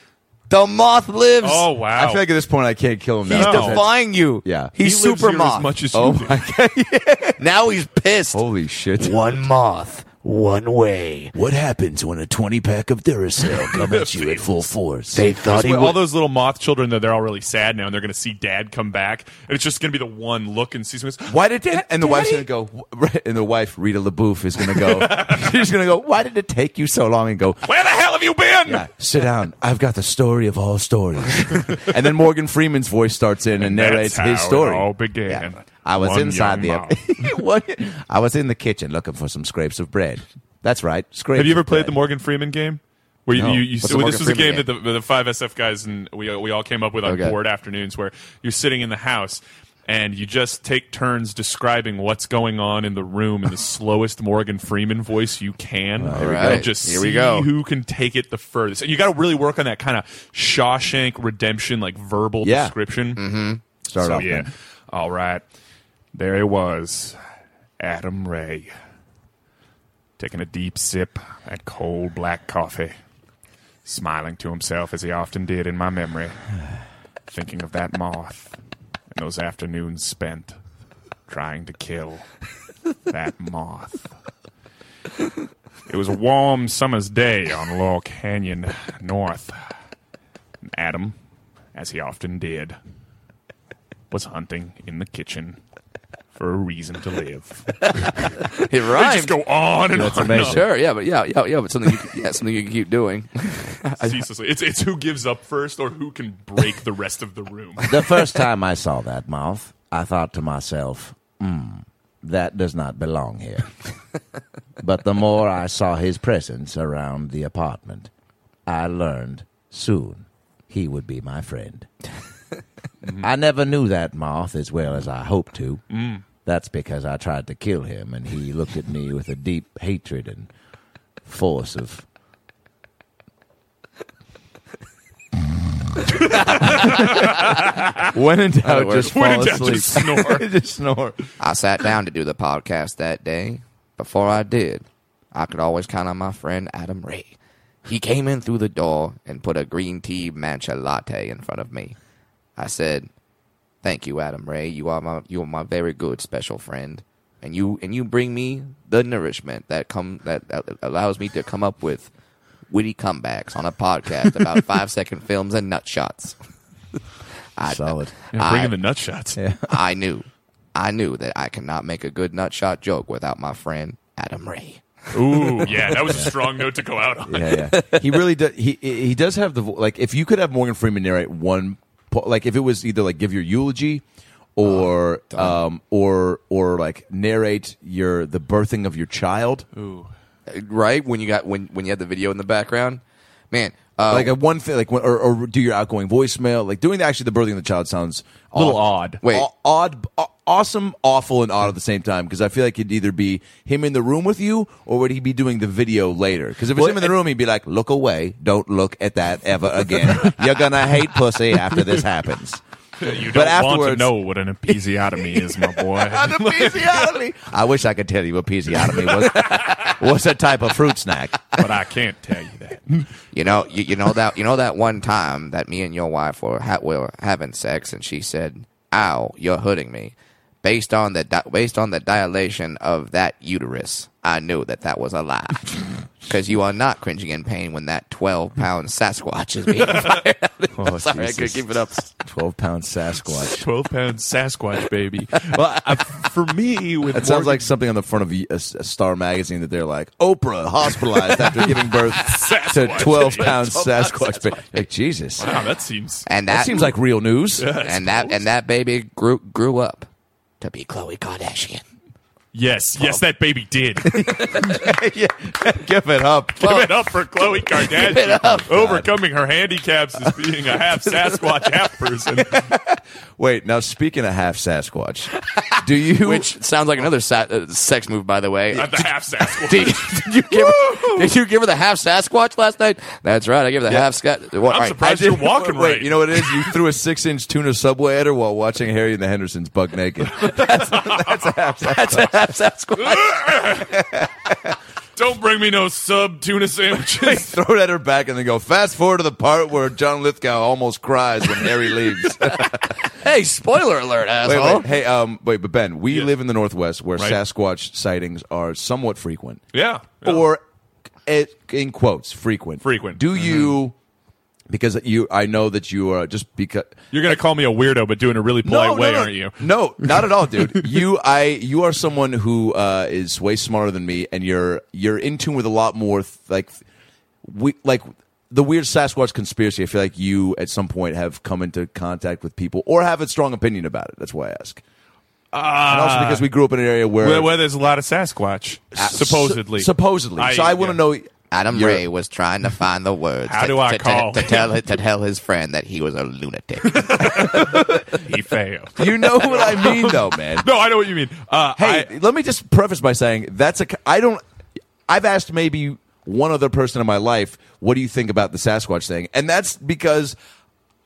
Speaker 3: The moth lives.
Speaker 2: Oh wow!
Speaker 1: I feel like at this point I can't kill him.
Speaker 3: He's
Speaker 1: now.
Speaker 2: No.
Speaker 3: defying you.
Speaker 1: Yeah.
Speaker 2: He
Speaker 3: he's
Speaker 2: lives
Speaker 3: super
Speaker 2: here
Speaker 3: moth.
Speaker 2: as much as you
Speaker 1: Oh
Speaker 2: do.
Speaker 1: my god!
Speaker 3: now he's pissed.
Speaker 1: Holy shit!
Speaker 3: One moth,
Speaker 5: one way.
Speaker 1: What happens when a 20 pack of Duracell comes at you at full force?
Speaker 5: They thought he
Speaker 2: Well, all
Speaker 5: would.
Speaker 2: those little moth children that they're all really sad now, and they're going to see dad come back, and it's just going to be the one look and see someone.
Speaker 1: Why did and, and the wife's gonna go right, and the wife Rita LaBouffe is gonna go. she's gonna go. Why did it take you so long? And go.
Speaker 2: Where the hell have you been?
Speaker 1: Yeah, sit down. I've got the story of all stories. and then Morgan Freeman's voice starts in and,
Speaker 2: That's
Speaker 1: narrates
Speaker 2: how
Speaker 1: his story.
Speaker 2: It all began.
Speaker 1: Yeah. I was
Speaker 2: One
Speaker 1: inside the.
Speaker 2: young moth.
Speaker 1: One- I was in the kitchen looking for some scrapes of bread. That's right, scrapes.
Speaker 2: Have you ever
Speaker 1: of
Speaker 2: played the
Speaker 1: bread.
Speaker 2: Morgan Freeman game? Where you,
Speaker 1: No.
Speaker 2: you, you,
Speaker 3: What's
Speaker 2: well,
Speaker 3: the
Speaker 2: this was a
Speaker 3: Morgan
Speaker 2: game, that
Speaker 3: Freeman
Speaker 2: the, the five SF guys and we we all came up with on
Speaker 3: Okay.
Speaker 2: board afternoons, where you're sitting in the house and you just take turns describing what's going on in the room in the slowest Morgan Freeman voice you can.
Speaker 3: we go.
Speaker 2: And just
Speaker 3: Here we
Speaker 2: see
Speaker 3: go.
Speaker 2: who can take it the furthest. And you got to really work on that kind of Shawshank Redemption like verbal
Speaker 1: Yeah.
Speaker 2: description.
Speaker 3: Mm-hmm.
Speaker 1: Start
Speaker 2: So,
Speaker 1: off.
Speaker 2: yeah. Oh,
Speaker 1: then.
Speaker 2: All right. There he was, Adam Ray, taking a deep sip at cold black coffee, smiling to himself as he often did in my memory, thinking of that moth and those afternoons spent trying to kill that moth. It was a warm summer's day on Laurel Canyon North. Adam, as he often did, was hunting in the kitchen for a reason to live.
Speaker 3: It
Speaker 2: I
Speaker 3: rhymes.
Speaker 2: just go on and on and on
Speaker 3: Sure, yeah, but yeah, yeah, yeah, but something, you, yeah, something you can keep doing.
Speaker 2: ceaselessly. It's it's who gives up first or who can break the rest of the room.
Speaker 1: The first time I saw that mouth, I thought to myself, "Hmm, that does not belong here." but the more I saw his presence around the apartment, I learned soon he would be my friend. I never knew that moth as well as I hoped to. That's because I tried to kill him, and he looked at me with a deep hatred and force of. when in doubt,
Speaker 3: just
Speaker 2: When in doubt, just snore.
Speaker 1: just snore.
Speaker 3: I sat down to do the podcast that day. Before I did, I could always count on my friend Adam Ray. He came in through the door and put a green tea matcha latte in front of me. I said, "Thank you, Adam Ray. You are my you are my very good special friend, and you and you bring me the nourishment that come that, that allows me to come up with witty comebacks on a podcast about five second films and nut shots." I-
Speaker 1: Solid.
Speaker 2: Yeah, bring
Speaker 3: I-
Speaker 2: in the nut shots.
Speaker 3: I knew, I knew that I cannot make a good nutshot joke without my friend Adam Ray.
Speaker 2: Ooh, yeah, that was a strong note to go out on.
Speaker 1: yeah, yeah. He really does. He he does have the vo- like. If you could have Morgan Freeman narrate one, po- like if it was either like give your eulogy, or um or or like narrate your the birthing of your child,
Speaker 3: Right when you got when when you had the video in the background, man. Uh,
Speaker 1: like a one thing, like when- or or do your outgoing voicemail, like doing the, actually the birthing of the child sounds a
Speaker 2: Little odd.
Speaker 3: Wait.
Speaker 1: odd, aw- awesome, awful, and odd at the same time because I feel like it'd either be him in the room with you or would he be doing the video later? Because if it's him in the room, he'd be like, "Look away, don't look at that ever again. You're gonna hate pussy after this happens."
Speaker 2: You don't want
Speaker 1: But
Speaker 2: to
Speaker 1: afterwards-
Speaker 2: know what an episiotomy is, my boy.
Speaker 1: Episiotomy. I wish I could tell you episiotomy was was a type of fruit snack.
Speaker 2: but I can't tell you that.
Speaker 3: you know, you, you know that you know that one time that me and your wife were ha- were having sex, and she said, "Ow, you're hurting me." Based on the di- based on the dilation of that uterus, I knew that that was a lie. Because you are not cringing in pain when that twelve pound Sasquatch is being fired.
Speaker 1: Oh,
Speaker 3: Sorry, I could keep it up.
Speaker 1: Twelve pound Sasquatch.
Speaker 2: 12 pound Sasquatch baby. Well, I, for me, with
Speaker 1: That sounds
Speaker 2: Morgan
Speaker 1: like something on the front of a, a Star magazine that they're like Oprah hospitalized after giving birth to
Speaker 2: Sasquatch.
Speaker 1: twelve pound Sasquatch. baby. Like Jesus,
Speaker 2: Wow, Ah, that seems.
Speaker 3: And
Speaker 1: that seems like real news.
Speaker 3: and that and that baby grew grew up to be Khloe Kardashian.
Speaker 2: Yes, yes, that baby did. Give
Speaker 1: Give it up.
Speaker 2: it up for Khloe Kardashian. Overcoming her handicaps as being a half Sasquatch, half person.
Speaker 1: Wait, now speaking of half Sasquatch, do you?
Speaker 3: Which sounds like another sa- uh, sex move, by the way.
Speaker 2: Not the half Sasquatch.
Speaker 3: did, did you give her, did you give her the half Sasquatch last night? That's right, I gave her the half Sasquatch. Well, all
Speaker 2: I'm
Speaker 3: right.
Speaker 2: surprised you're walking
Speaker 1: Wait,
Speaker 2: right.
Speaker 1: you know what it is? You threw a six-inch tuna subway at her while watching Harry and the Hendersons buck naked.
Speaker 3: That's a half Sasquatch.
Speaker 2: Don't bring me no sub tuna sandwiches.
Speaker 1: Throw it at her back and then go fast forward to the part where John Lithgow almost cries when Harry leaves.
Speaker 3: hey, spoiler alert,
Speaker 1: Wait,
Speaker 3: asshole.
Speaker 1: wait, hey, um, wait, but Ben, we
Speaker 2: Yes.
Speaker 1: live in the Northwest where
Speaker 2: Right.
Speaker 1: Sasquatch sightings are somewhat frequent,
Speaker 2: Yeah. yeah.
Speaker 1: or it, in quotes, frequent.
Speaker 2: Oh. Frequent. Mm-hmm.
Speaker 1: Do you? Because you, I know that you are just because.
Speaker 2: you're gonna call me a weirdo, but doing a really polite way,
Speaker 1: no,
Speaker 2: aren't you?
Speaker 1: No, not at all, dude. you, I, you are someone who uh, is way smarter than me, and you're you're in tune with a lot more th- like we like the weird Sasquatch conspiracy. I feel like you at some point have come into contact with people or have a strong opinion about it. That's why I ask. and also because we grew up in an area where
Speaker 2: Ah, Where, where there's a lot of Sasquatch, Uh, supposedly.
Speaker 1: Su- supposedly. so I want
Speaker 2: yeah.
Speaker 1: to know.
Speaker 3: Adam
Speaker 1: You're-
Speaker 3: Ray was trying to find the words
Speaker 2: How
Speaker 3: to,
Speaker 2: do I
Speaker 3: to- to-
Speaker 2: call?
Speaker 3: to tell to tell his friend that he was a lunatic.
Speaker 2: He failed.
Speaker 1: You know what I mean, though, man.
Speaker 2: No, I know what you mean. Uh,
Speaker 1: Hey,
Speaker 2: I-
Speaker 1: let me just preface by saying that's a. c- I don't. I've asked maybe one other person in my life, "What do you think about the Sasquatch thing?" And that's because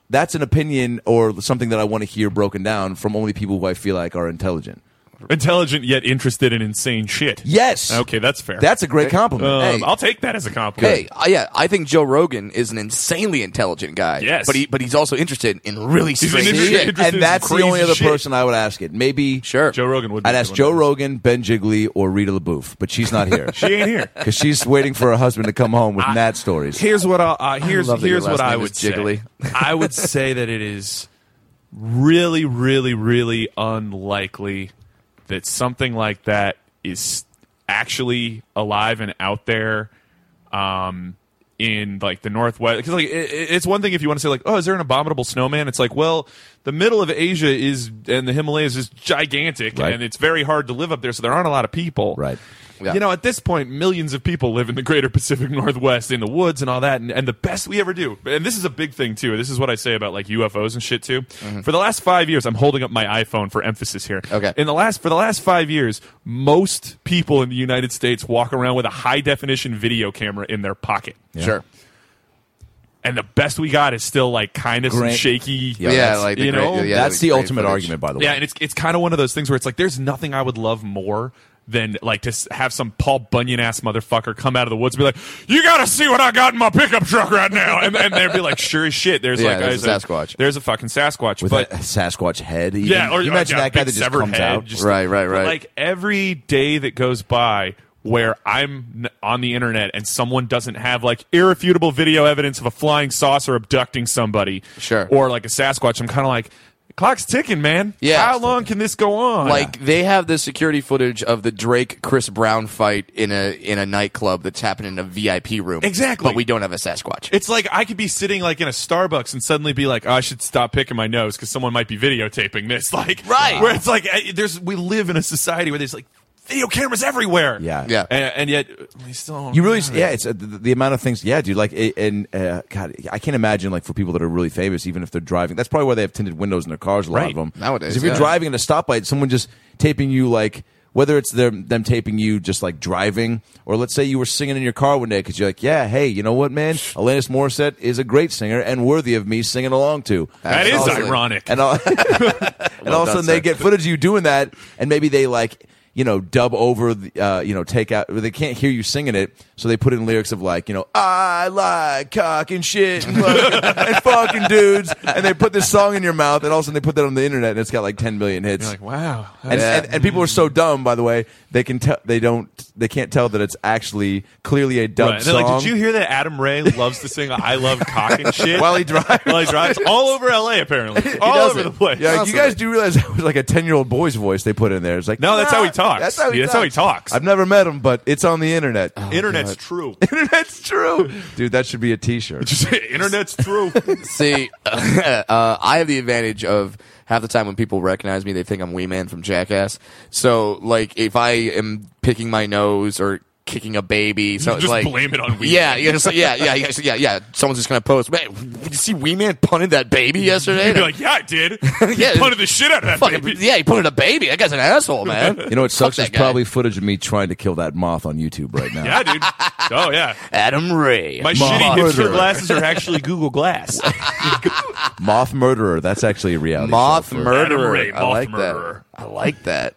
Speaker 1: that's an opinion or something that I want to hear broken down from only people who I feel like are intelligent.
Speaker 2: intelligent yet interested in insane shit.
Speaker 1: Yes.
Speaker 2: Okay, that's fair.
Speaker 1: That's a great compliment.
Speaker 2: Um,
Speaker 3: Hey.
Speaker 2: I'll take that as a compliment.
Speaker 3: hey, uh, yeah, I think Joe Rogan is an insanely intelligent guy.
Speaker 2: Yes.
Speaker 3: but he but he's also interested in really
Speaker 2: an
Speaker 3: strange
Speaker 2: interesting-
Speaker 3: shit.
Speaker 2: interested in
Speaker 1: and that's
Speaker 2: some
Speaker 1: the only
Speaker 2: crazy
Speaker 1: other
Speaker 2: shit.
Speaker 1: person I would ask it. Maybe
Speaker 3: Sure,
Speaker 2: Joe Rogan would. be
Speaker 1: I'd ask
Speaker 2: doing
Speaker 1: Joe
Speaker 2: that.
Speaker 1: Rogan, Ben Jiggly, or Rita LaBouffe, but she's not here.
Speaker 2: She ain't here.
Speaker 1: because she's waiting for her husband to come home with mad stories.
Speaker 2: Here's what I'll, uh, here's
Speaker 3: love that your
Speaker 2: here's what
Speaker 3: last
Speaker 2: I
Speaker 3: name is
Speaker 2: would
Speaker 3: Jiggly.
Speaker 2: say. I would say that it is really, really, really unlikely that something like that is actually alive and out there. Um, in like the northwest, because like it, it- it's one thing if you want to say like, oh, is there an abominable snowman? It's like, well, the middle of Asia is and the Himalayas is gigantic,
Speaker 1: Right.
Speaker 2: and it's very hard to live up there, so there aren't a lot of people.
Speaker 1: Right.
Speaker 3: Yeah.
Speaker 2: You know, at this point, millions of people live in the greater Pacific Northwest, in the woods and all that. And, and the best we ever do, and this is a big thing too. This is what I say about like UFOs and shit too. For the last five years, I'm holding up my iPhone for emphasis here.
Speaker 3: Mm-hmm. Okay.
Speaker 2: In the last for the last five years, most people in the United States walk around with a high definition video camera in their pocket.
Speaker 3: Sure,
Speaker 2: And the best we got is still like kind of some
Speaker 1: Great.
Speaker 2: shaky.
Speaker 1: Yeah,
Speaker 3: yeah,
Speaker 1: that's-
Speaker 3: like the
Speaker 2: you
Speaker 3: great-
Speaker 2: know,
Speaker 3: yeah,
Speaker 1: That's the
Speaker 3: great
Speaker 1: ultimate
Speaker 3: footage.
Speaker 1: argument, by the way.
Speaker 2: Yeah, and it's it's kind of one of those things where it's like there's nothing I would love more than like to s- have some Paul Bunyan ass motherfucker come out of the woods and be like, "You got to see what I got in my pickup truck right now," and, and they'd be like, "Sure as shit." There's
Speaker 3: Yeah,
Speaker 2: like
Speaker 3: there's a
Speaker 2: there's
Speaker 3: Sasquatch.
Speaker 2: There's a fucking Sasquatch,
Speaker 1: with
Speaker 2: but.
Speaker 1: a Sasquatch head. even.
Speaker 2: yeah, or uh,
Speaker 1: you imagine
Speaker 2: yeah,
Speaker 1: that guy
Speaker 2: big
Speaker 1: that just
Speaker 2: severed
Speaker 1: comes
Speaker 2: head,
Speaker 1: out.
Speaker 2: just-
Speaker 3: Right, right,
Speaker 2: but,
Speaker 3: right.
Speaker 2: Like every day that goes by where I'm n- on the internet and someone doesn't have like irrefutable video evidence of a flying saucer abducting somebody,
Speaker 3: Sure.
Speaker 2: or like a Sasquatch, I'm kind of like, clock's ticking, man.
Speaker 3: Yeah.
Speaker 2: how long can this go on?
Speaker 3: Like they have the security footage of the Drake Chris Brown fight in a in a nightclub that's happening in a VIP room.
Speaker 2: Exactly.
Speaker 3: but we don't have a Sasquatch.
Speaker 2: It's like I could be sitting like in a Starbucks and suddenly be like, oh, I should stop picking my nose because someone might be videotaping this. Like,
Speaker 3: Right.
Speaker 2: Where it's like, I, there's we live in a society where there's like video cameras everywhere.
Speaker 1: Yeah.
Speaker 3: Yeah.
Speaker 2: and, and yet we still don't
Speaker 1: You really,
Speaker 2: have it.
Speaker 1: yeah. It's uh, the, the amount of things, yeah, dude. Like, it, and uh, God, I can't imagine like for people that are really famous, even if they're driving. That's probably why they have tinted windows in their cars. A lot
Speaker 2: Right.
Speaker 1: of them
Speaker 3: Nowadays,
Speaker 1: 'Cause If you're
Speaker 3: yeah.
Speaker 1: driving at a stoplight, someone just taping you like. Whether it's them, them taping you just like driving, or let's say you were singing in your car one day because you're like, yeah, hey, you know what, man? Alanis Morissette is a great singer and worthy of me singing along to.
Speaker 2: That is
Speaker 1: Absolutely.
Speaker 2: ironic.
Speaker 1: And all, and all of a
Speaker 3: done,
Speaker 1: sudden
Speaker 3: sir.
Speaker 1: they get footage of you doing that, and maybe they like you know dub over the uh, you know take out they can't hear you singing it, so they put in lyrics of like you know I like cock and shit and, fuck- and fucking dudes, and they put this song in your mouth, and all of a sudden they put that on the internet, and it's got like ten million hits.
Speaker 2: Like, wow.
Speaker 1: and,
Speaker 3: Yeah.
Speaker 1: and, and people are so dumb, by the way. They can tell they don't. They can't tell that it's actually clearly a dumb
Speaker 2: Right. They're
Speaker 1: song.
Speaker 2: like, did you hear that Adam Ray loves to sing "I Love Cock and Shit"
Speaker 1: While he drives.
Speaker 2: While he drives all over LA, apparently, all
Speaker 1: does
Speaker 2: over
Speaker 1: it.
Speaker 2: the place.
Speaker 1: Yeah, you guys do realize that was like a ten-year-old boy's voice they put in there. It's like,
Speaker 2: No, that's how he
Speaker 1: "Nah,
Speaker 2: talks.
Speaker 1: That's how he,
Speaker 2: Yeah, that's
Speaker 1: talks.
Speaker 2: how he talks.
Speaker 1: I've never met him, but it's on the internet.
Speaker 3: Oh,
Speaker 2: Internet's true.
Speaker 1: Internet's true, dude. That should be a T-shirt.
Speaker 2: Internet's true.
Speaker 3: See, uh, I have the advantage of half the time when people recognize me, they think I'm Wee Man from Jackass. So, like, if I am picking my nose or kicking a baby, so it's
Speaker 2: just
Speaker 3: like
Speaker 2: blame it on Wee
Speaker 3: Yeah, yeah, so- yeah, yeah, yeah, so- yeah, yeah. Someone's just gonna post. Man, did you see Wee Man punted that baby yesterday?
Speaker 2: You'd be like, yeah, I did.
Speaker 3: Yeah.
Speaker 2: He punted the shit out of that
Speaker 3: Fucking,
Speaker 2: baby.
Speaker 3: yeah, he punted a baby. That guy's an asshole, man.
Speaker 1: You know what sucks
Speaker 3: that
Speaker 1: is
Speaker 3: guy.
Speaker 1: probably footage of me trying to kill that moth on YouTube right now.
Speaker 2: Yeah, dude. Oh yeah.
Speaker 3: Adam Ray.
Speaker 2: My
Speaker 1: Mom.
Speaker 2: shitty hipster
Speaker 1: Murderer.
Speaker 2: glasses are actually Google Glass.
Speaker 1: Moth Murderer. That's actually a reality.
Speaker 3: Moth
Speaker 1: show for-
Speaker 3: murderer.
Speaker 2: Adam Ray,
Speaker 3: I
Speaker 2: Moth
Speaker 3: like
Speaker 2: Murderer.
Speaker 3: that. I like that.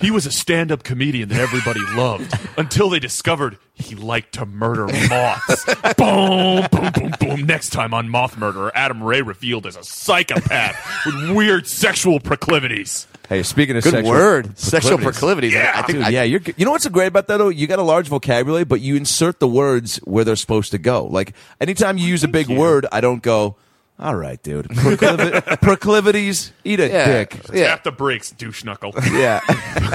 Speaker 2: He was a stand-up comedian that everybody loved until they discovered he liked to murder moths. boom, boom, boom, boom. Next time on Moth Murderer, Adam Ray revealed as a psychopath with weird sexual proclivities.
Speaker 1: Hey, speaking of
Speaker 3: Good
Speaker 1: sexual
Speaker 3: word. Sexual
Speaker 1: proclivities.
Speaker 3: proclivities.
Speaker 2: Yeah.
Speaker 3: I think
Speaker 1: Dude,
Speaker 3: I-
Speaker 1: yeah, you're, g- you know what's great about that though? You got a large vocabulary, but you insert the words where they're supposed to go. Like anytime you use a big word, I don't go, "All right, dude, Proclivi- proclivities, eat a
Speaker 3: yeah.
Speaker 1: dick."
Speaker 3: Yeah.
Speaker 2: Tap the brakes, douche knuckle.
Speaker 1: Yeah,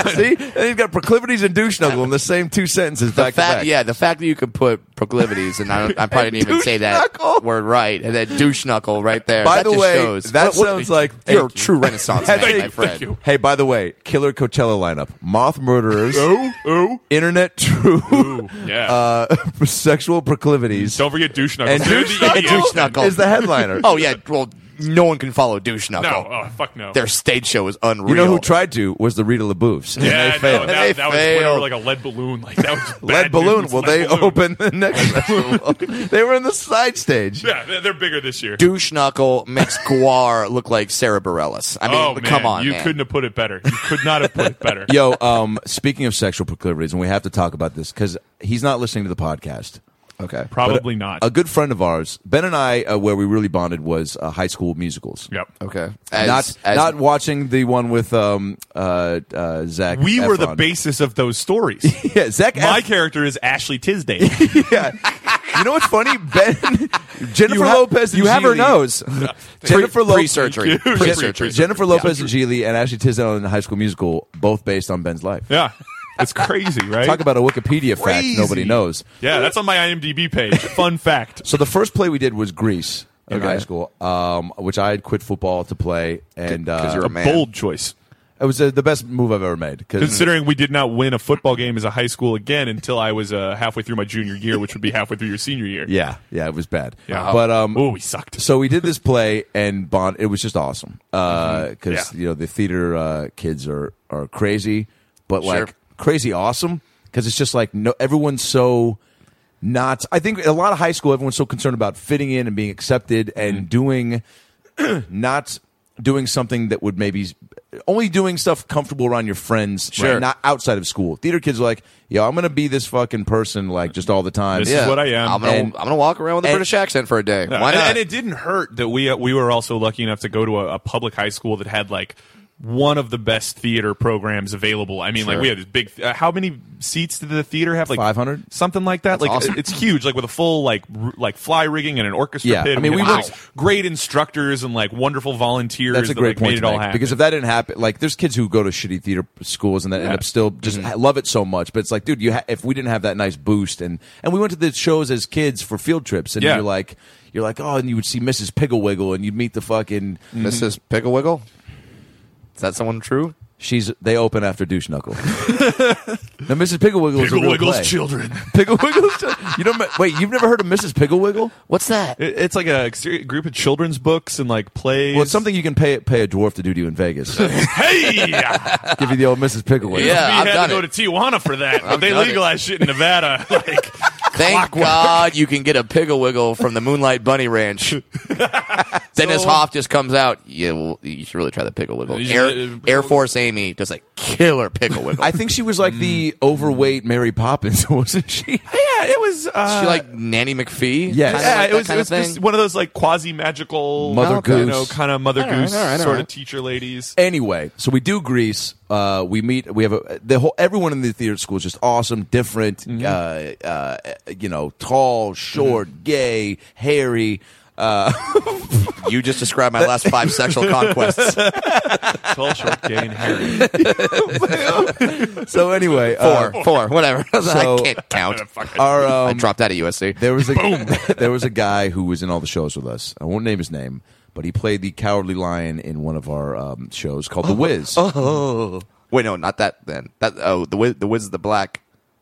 Speaker 1: see, and you've got proclivities and douche knuckle in the same two sentences
Speaker 3: The
Speaker 1: back to
Speaker 3: fact,
Speaker 1: back.
Speaker 3: yeah, the fact that you could put proclivities and I, don't- I probably didn't even say that
Speaker 1: douche-knuckle.
Speaker 3: word right, and then douche knuckle right there.
Speaker 1: By
Speaker 3: that
Speaker 1: the
Speaker 3: just
Speaker 1: way,
Speaker 3: shows.
Speaker 1: that sounds like-
Speaker 3: you're a
Speaker 1: Thank you.
Speaker 3: true Renaissance man,
Speaker 1: Thank
Speaker 3: my
Speaker 1: you,
Speaker 3: friend.
Speaker 2: thank you.
Speaker 1: Hey, by the way, killer Coachella lineup: moth murderers,
Speaker 2: Oh, oh.
Speaker 1: internet true,
Speaker 2: Ooh, yeah.
Speaker 1: uh, sexual proclivities,
Speaker 2: Don't forget douche knuckle.
Speaker 1: and
Speaker 2: You're
Speaker 1: douche
Speaker 2: the
Speaker 1: knuckle
Speaker 2: idiot.
Speaker 3: douche knuckle.
Speaker 1: is the headliner.
Speaker 3: Oh yeah, well, no one can follow douche knuckle.
Speaker 2: No, oh, fuck no.
Speaker 3: Their stage show is unreal.
Speaker 1: you know who tried to was the Rita LaBouffe.
Speaker 2: yeah, no,
Speaker 1: failed.
Speaker 2: that,
Speaker 3: They
Speaker 2: that was went over
Speaker 3: failed.
Speaker 2: like a lead balloon. Like that was
Speaker 1: lead
Speaker 2: bad
Speaker 1: balloon.
Speaker 2: news.
Speaker 1: Well,
Speaker 2: Lead
Speaker 1: they
Speaker 2: balloon.
Speaker 1: opened the next festival. they were in the side stage.
Speaker 2: Yeah, they're- they're bigger this year.
Speaker 3: douche knuckle makes Guar look like Sarah Bareilles. I mean,
Speaker 2: oh,
Speaker 3: come
Speaker 2: man,
Speaker 3: on,
Speaker 2: you
Speaker 3: man.
Speaker 2: couldn't have put it better. You could not have put it better.
Speaker 1: Yo, um, speaking of sexual proclivities, and we have to talk about this because he's not listening to the podcast.
Speaker 3: Okay,
Speaker 2: Probably not.
Speaker 1: A good friend of ours, Ben and I, uh, where we really bonded was uh, high school musicals.
Speaker 2: yep.
Speaker 3: okay. As,
Speaker 1: not
Speaker 3: as-
Speaker 1: not watching the one with um uh, uh Zach.
Speaker 2: We were the
Speaker 1: Efron.
Speaker 2: basis of those stories.
Speaker 1: Yeah, Zach.
Speaker 2: My
Speaker 1: Ef-
Speaker 2: character is Ashley Tisdale.
Speaker 1: yeah. You know what's funny, Ben? Jennifer
Speaker 3: You ha-
Speaker 1: Lopez. And
Speaker 3: you have her
Speaker 1: Geely-
Speaker 3: nose.
Speaker 1: Jennifer Lopez.
Speaker 3: pre-surgery,
Speaker 2: Dude.
Speaker 3: pre-surgery.
Speaker 1: Jennifer Lopez and Geely and Ashley Tisdale in High School Musical, both based on Ben's life.
Speaker 2: yeah. It's crazy, right?
Speaker 1: Talk about a Wikipedia fact
Speaker 2: Crazy.
Speaker 1: nobody knows.
Speaker 2: yeah, that's on my IMDb page. Fun fact.
Speaker 1: So the first play we did was Grease in
Speaker 3: Okay.
Speaker 1: high school, um, which I had quit football to play, and uh,
Speaker 3: 'Cause you're a man.
Speaker 2: Bold choice.
Speaker 1: it was uh, the best move I've ever made. Because
Speaker 2: Considering we did not win a football game as a high school again until I was uh, halfway through my junior year, which would be halfway through your senior year.
Speaker 1: yeah, yeah, it was bad.
Speaker 2: Yeah.
Speaker 1: But um,
Speaker 2: Oh, we sucked.
Speaker 1: so we did this play and Bond. It was just awesome because
Speaker 2: Mm-hmm. Yeah.
Speaker 1: you know the theater uh, kids are are crazy, but
Speaker 3: Sure.
Speaker 1: like crazy awesome because it's just like no everyone's so not. I think a lot of high school everyone's so concerned about fitting in and being accepted
Speaker 2: Mm-hmm.
Speaker 1: and doing not doing something that would maybe only doing stuff comfortable around your friends,
Speaker 3: Sure.
Speaker 1: right? not outside of school. Theater kids are like, yo, I'm gonna be this fucking person like just all the time.
Speaker 2: This is what I am.
Speaker 3: I'm gonna
Speaker 1: And-
Speaker 3: I'm gonna walk around with a
Speaker 1: and-
Speaker 3: British accent for a day.
Speaker 2: Yeah,
Speaker 3: Why
Speaker 2: and,
Speaker 3: not?
Speaker 2: and it didn't hurt that we uh, we were also lucky enough to go to a, a public high school that had like one of the best theater programs available. I mean, like
Speaker 3: Sure.
Speaker 2: we had this big. Uh, how many seats did the theater have? Like
Speaker 1: 500?
Speaker 2: something like that. like
Speaker 3: awesome.
Speaker 2: it's huge. Like with a full like r- like fly rigging and an orchestra
Speaker 1: Yeah,
Speaker 2: pit.
Speaker 1: I mean,
Speaker 2: and
Speaker 1: we
Speaker 2: had
Speaker 1: worked-
Speaker 2: great instructors and like wonderful volunteers.
Speaker 1: That's a
Speaker 2: that,
Speaker 1: great
Speaker 2: like,
Speaker 1: point
Speaker 2: Made it
Speaker 1: to
Speaker 2: all
Speaker 1: make,
Speaker 2: happen
Speaker 1: because if that didn't happen, like there's kids who go to shitty theater schools and that
Speaker 2: Yeah. Mm-hmm.
Speaker 1: end up still just ha love it so much. But it's like, dude, you ha- if we didn't have that nice boost and and we went to the shows as kids for field trips, and
Speaker 2: Yeah.
Speaker 1: you're like, you're like, oh, and you would see Mrs. Pigglewiggle, and you'd meet the fucking
Speaker 2: Mm-hmm.
Speaker 3: Mrs. Picklewiggle. Is that someone true?
Speaker 1: she's they open after douche knuckle. now Mrs. Pigglewiggle is a
Speaker 2: Pickle
Speaker 1: real
Speaker 2: Wiggles
Speaker 1: play.
Speaker 2: children.
Speaker 1: Pigglewiggle's chi- you don't wait. You've never heard of Mrs. Pigglewiggle?
Speaker 3: What's that?
Speaker 2: It- It's like a seri- group of children's books and like plays.
Speaker 1: Well, it's something you can pay pay a dwarf to do to you in Vegas.
Speaker 2: Hey, yeah,
Speaker 1: Give you the old Mrs. Pigglewiggle.
Speaker 3: Yeah,
Speaker 2: we
Speaker 3: I've
Speaker 2: had
Speaker 3: done
Speaker 2: to go
Speaker 3: it.
Speaker 2: to Tijuana for that. but they
Speaker 3: done it.
Speaker 2: legalized shit in Nevada. Like,
Speaker 3: Thank God you can get a Picklewiggle from the Moonlight Bunny Ranch. Dennis Hoff just comes out. Yeah, well, you should really try the Picklewiggle.
Speaker 2: You
Speaker 3: Air,
Speaker 2: should-
Speaker 3: Air Force Amy does a killer Picklewiggle.
Speaker 1: I think she was like the
Speaker 3: Mm-hmm.
Speaker 1: overweight Mary Poppins, wasn't she?
Speaker 2: yeah, it was. Uh,
Speaker 3: she like Nanny McPhee.
Speaker 1: Yes.
Speaker 3: Kinda
Speaker 2: Yeah,
Speaker 3: like
Speaker 2: it
Speaker 3: that
Speaker 2: was,
Speaker 3: kind
Speaker 2: it was
Speaker 3: of
Speaker 2: just one of those like quasi magical
Speaker 1: Mother
Speaker 2: you
Speaker 1: Goose.
Speaker 2: know, kind of mother
Speaker 3: right,
Speaker 2: goose
Speaker 3: all right, all
Speaker 2: sort
Speaker 3: right.
Speaker 2: of teacher ladies.
Speaker 1: Anyway, so we do Greece. Uh, we meet. We have a, the whole everyone in the theater school is just awesome, different.
Speaker 3: Mm-hmm.
Speaker 1: Uh, uh, you know, tall, short, gay, hairy. Uh,
Speaker 3: thing. You just described my last five sexual conquests.
Speaker 2: Tall, short, gay, and hairy.
Speaker 1: so anyway, uh,
Speaker 3: Four, four, whatever.
Speaker 1: So-
Speaker 3: I can't count.
Speaker 1: our
Speaker 3: I
Speaker 1: um,
Speaker 3: dropped out of USC.
Speaker 1: there was a there was a guy who was in all the shows with us. I won't name his name, but he played the cowardly lion in one of our um,
Speaker 3: Oh.
Speaker 1: shows called The Wiz.
Speaker 3: Wait, no, not that. Then that. Oh, the Wiz, the Wiz is the black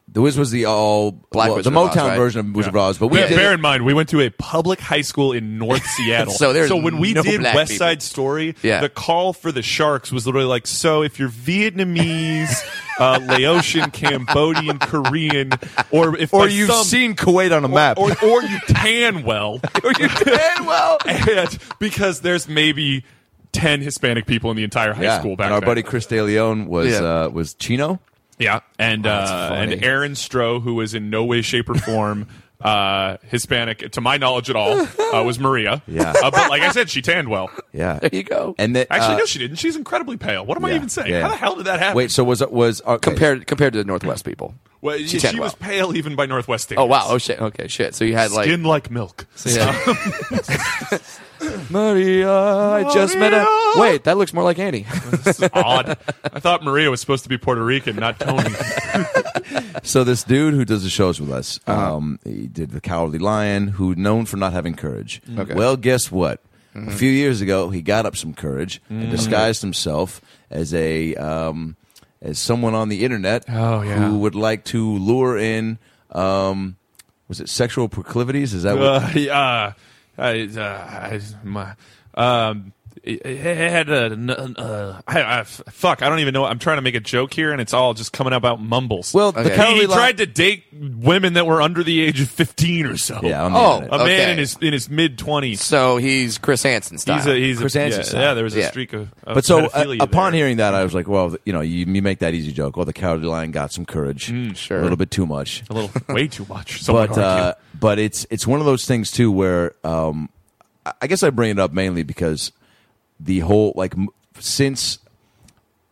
Speaker 1: The Wiz was the all
Speaker 3: Black
Speaker 1: well,
Speaker 3: Wizard
Speaker 1: the
Speaker 3: of Oz,
Speaker 1: Motown
Speaker 3: right?
Speaker 1: version of Wizard of Oz, but we
Speaker 2: Yeah,
Speaker 1: did
Speaker 2: bear
Speaker 1: it-
Speaker 2: in mind, we went to a public high school in North Seattle.
Speaker 3: So there's
Speaker 2: when we
Speaker 3: no
Speaker 2: did
Speaker 3: black
Speaker 2: West
Speaker 3: people.
Speaker 2: Side Story,
Speaker 3: Yeah.
Speaker 2: the call for the sharks was literally like, "So if you're Vietnamese, uh, Laotian, Cambodian, Korean, or if
Speaker 1: or
Speaker 2: by
Speaker 1: you've
Speaker 2: some-
Speaker 1: seen Kuwait on a
Speaker 2: or,
Speaker 1: map.
Speaker 2: or, or you tan well,
Speaker 3: well,
Speaker 2: and because there's maybe ten Hispanic people in the entire high
Speaker 1: yeah.
Speaker 2: school back
Speaker 1: and our
Speaker 2: then.
Speaker 1: buddy Chris De Leon was
Speaker 3: Yeah.
Speaker 1: uh, was Chino.
Speaker 2: Yeah, and uh,
Speaker 3: funny.
Speaker 2: and Aaron Stroh, who was in no way, shape, or form uh, Hispanic, to my knowledge at all, uh, was Maria.
Speaker 1: Yeah.
Speaker 2: uh, but like I said, she tanned well.
Speaker 1: Yeah,
Speaker 3: there you go.
Speaker 1: and then
Speaker 2: Actually,
Speaker 1: uh,
Speaker 2: no, she didn't. She's incredibly pale. What am I
Speaker 1: yeah,
Speaker 2: even saying?
Speaker 1: yeah.
Speaker 2: How the hell did that happen?
Speaker 1: wait, so was was okay.
Speaker 3: compared compared to the Northwest people.
Speaker 2: well, she,
Speaker 3: tanned
Speaker 2: she was
Speaker 3: well.
Speaker 2: pale even by Northwest standards.
Speaker 3: Oh wow. Oh shit. Okay. Shit. So you
Speaker 1: Oh,
Speaker 3: had like
Speaker 2: skin like milk.
Speaker 3: Yeah. Maria, I just met a.
Speaker 2: Maria!
Speaker 3: Wait, that looks more like Annie.
Speaker 2: This is odd. I thought Maria was supposed to be Puerto Rican, not Tony.
Speaker 1: So this dude who does the shows with us,
Speaker 3: Uh-huh.
Speaker 1: um, he did the Cowardly Lion, who known for not having courage.
Speaker 3: Mm-hmm. Okay. Mm-hmm.
Speaker 1: Well, guess what? A few years ago, he got up some courage and disguised himself as a um, as someone on the internet
Speaker 3: Oh, yeah.
Speaker 1: who would like to lure in. Um, was it sexual proclivities? Is that what?
Speaker 2: uh, yeah, uh, I, uh, I, my, um, I I had a, n- uh, I, I- f- fuck, I don't even know. I'm trying to make a joke here, and it's all just coming about mumbles.
Speaker 1: well, the
Speaker 3: Okay.
Speaker 1: Cowardly
Speaker 2: he
Speaker 1: Lion.
Speaker 2: tried to date women that were under the age of 15 or so.
Speaker 1: yeah, on the
Speaker 3: Oh,
Speaker 1: internet.
Speaker 2: a man
Speaker 3: Okay.
Speaker 2: in his in his mid 20s.
Speaker 3: so he's Chris Hansen style.
Speaker 2: He's a he's
Speaker 1: Chris
Speaker 2: a,
Speaker 1: Hansen
Speaker 2: yeah,
Speaker 1: style.
Speaker 2: yeah, there was a
Speaker 3: Yeah.
Speaker 2: streak of, of
Speaker 1: But so, uh,
Speaker 2: pedophilia
Speaker 1: upon
Speaker 2: there.
Speaker 1: hearing that, I was like, "Well, you know, you, you make that easy joke. Well, the Cowardly Lion got some courage,
Speaker 2: Mm,
Speaker 3: sure.
Speaker 1: a little bit too much,
Speaker 2: a little way too much. So
Speaker 1: but uh, but it's it's one of those things too where um, I- I guess I bring it up mainly because the whole like m- since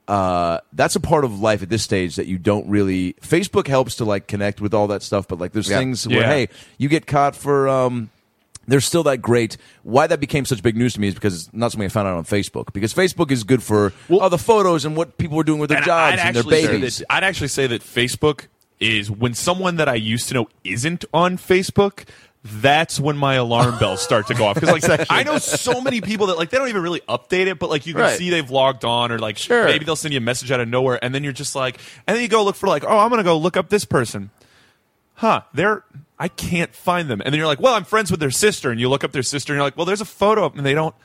Speaker 1: uh, that's a part of life at this stage that you don't really Facebook helps to like connect with all that stuff, but like there's
Speaker 3: Yeah.
Speaker 1: things where
Speaker 2: Yeah.
Speaker 1: hey you get caught for. Um, there's still that great. Why that became such big news to me is because it's not something I found out on Facebook. Because Facebook is good for all the photos and what people were doing with their
Speaker 2: And
Speaker 1: jobs and their
Speaker 2: actually say
Speaker 1: babies.
Speaker 2: that- I'd actually say that Facebook is when someone that I used to know isn't on Facebook. That's when my alarm bells start to go off because, like, I know so many people that like they don't even really update it, but like you can
Speaker 3: Right.
Speaker 2: see they've logged on or like
Speaker 3: Sure.
Speaker 2: maybe they'll send you a message out of nowhere, and then you're just like, and then you go look for like, oh, I'm gonna go look up this person, huh? They're I can't find them, and then you're like, well, I'm friends with their sister, and you look up their sister, and you're like, well, there's a photo, of- and they don't,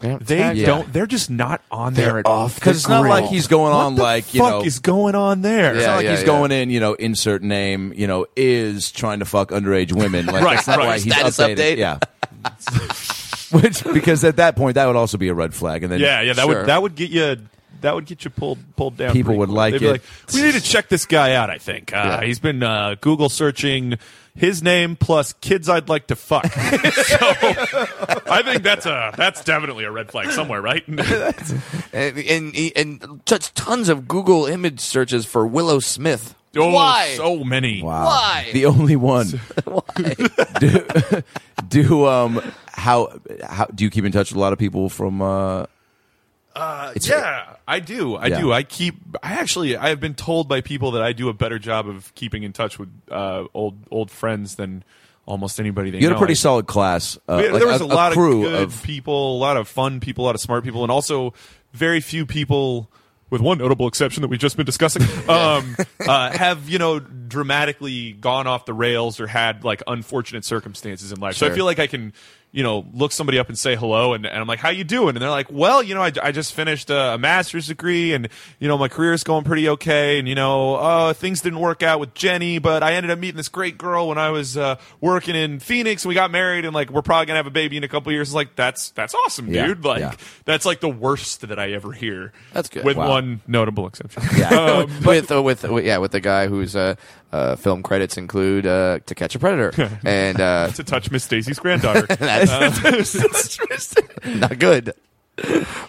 Speaker 3: They don't
Speaker 2: they
Speaker 3: tag
Speaker 1: you.
Speaker 2: don't, they're just not on there
Speaker 3: They're
Speaker 2: at all.
Speaker 3: off
Speaker 1: Because it's not like he's going on
Speaker 2: What the
Speaker 1: like you
Speaker 2: fuck
Speaker 1: know
Speaker 2: is going on there?
Speaker 1: It's
Speaker 3: Yeah,
Speaker 1: not like
Speaker 3: yeah,
Speaker 1: he's
Speaker 3: yeah.
Speaker 1: going in, you know, insert name, you know, is trying to fuck underage women. Like,
Speaker 2: Right,
Speaker 1: that's not
Speaker 2: right.
Speaker 1: why he's
Speaker 3: Status
Speaker 1: updated.
Speaker 3: update.
Speaker 1: Yeah. Which, because at that point, that would also be a red flag. And then,
Speaker 2: Yeah, yeah, that
Speaker 3: Sure.
Speaker 2: would that would get you that would get you pulled pulled down.
Speaker 1: People
Speaker 2: pretty
Speaker 1: would
Speaker 2: quick.
Speaker 1: like
Speaker 2: They'd be
Speaker 1: it.
Speaker 2: like, we need to check this guy out. I think uh,
Speaker 3: Yeah.
Speaker 2: he's been uh, Google searching his name plus kids I'd like to fuck. so I think that's a that's definitely a red flag somewhere, right?
Speaker 3: and and, and just tons of Google image searches for Willow Smith.
Speaker 2: oh,
Speaker 3: Why?
Speaker 2: so many.
Speaker 1: Wow.
Speaker 3: Why?
Speaker 1: The only one.
Speaker 3: Why?
Speaker 1: Do, um, how, how, do you keep in touch with a lot of people from, uh,
Speaker 2: yeah, I do. I
Speaker 1: Yeah.
Speaker 2: do. I keep. I actually. I have been told by people that I do a better job of keeping in touch with uh, old old friends than almost anybody. They
Speaker 1: you had a
Speaker 2: know.
Speaker 1: pretty
Speaker 2: I-
Speaker 1: solid class. Uh,
Speaker 2: We-
Speaker 1: like
Speaker 2: there was a, lot
Speaker 1: crew
Speaker 2: of good people, a lot of fun people, a lot of smart people, and also very few people, with one notable exception that we've just been discussing, um, uh, have you know dramatically gone off the rails or had like unfortunate circumstances in life. So I
Speaker 3: Sure.
Speaker 2: feel like I can you know look somebody up and say hello, and, and I'm like, how you doing? And they're like, well, you know, I, I just finished a, a master's degree, and you know my career's going pretty okay, and you know uh, things didn't work out with Jenny, but I ended up meeting this great girl when I was uh, working in Phoenix, and we got married, and like we're probably gonna have a baby in a couple years. It's like that's that's awesome,
Speaker 1: Yeah,
Speaker 2: dude. Like
Speaker 1: yeah.
Speaker 2: that's like the worst that I ever hear.
Speaker 3: That's good.
Speaker 2: with
Speaker 1: Wow.
Speaker 2: one notable exception.
Speaker 3: with, uh, with with- yeah, with the guy whose uh, uh, film credits include uh, To Catch a Predator, and uh,
Speaker 2: to touch Miss Daisy's granddaughter.
Speaker 3: that's not good.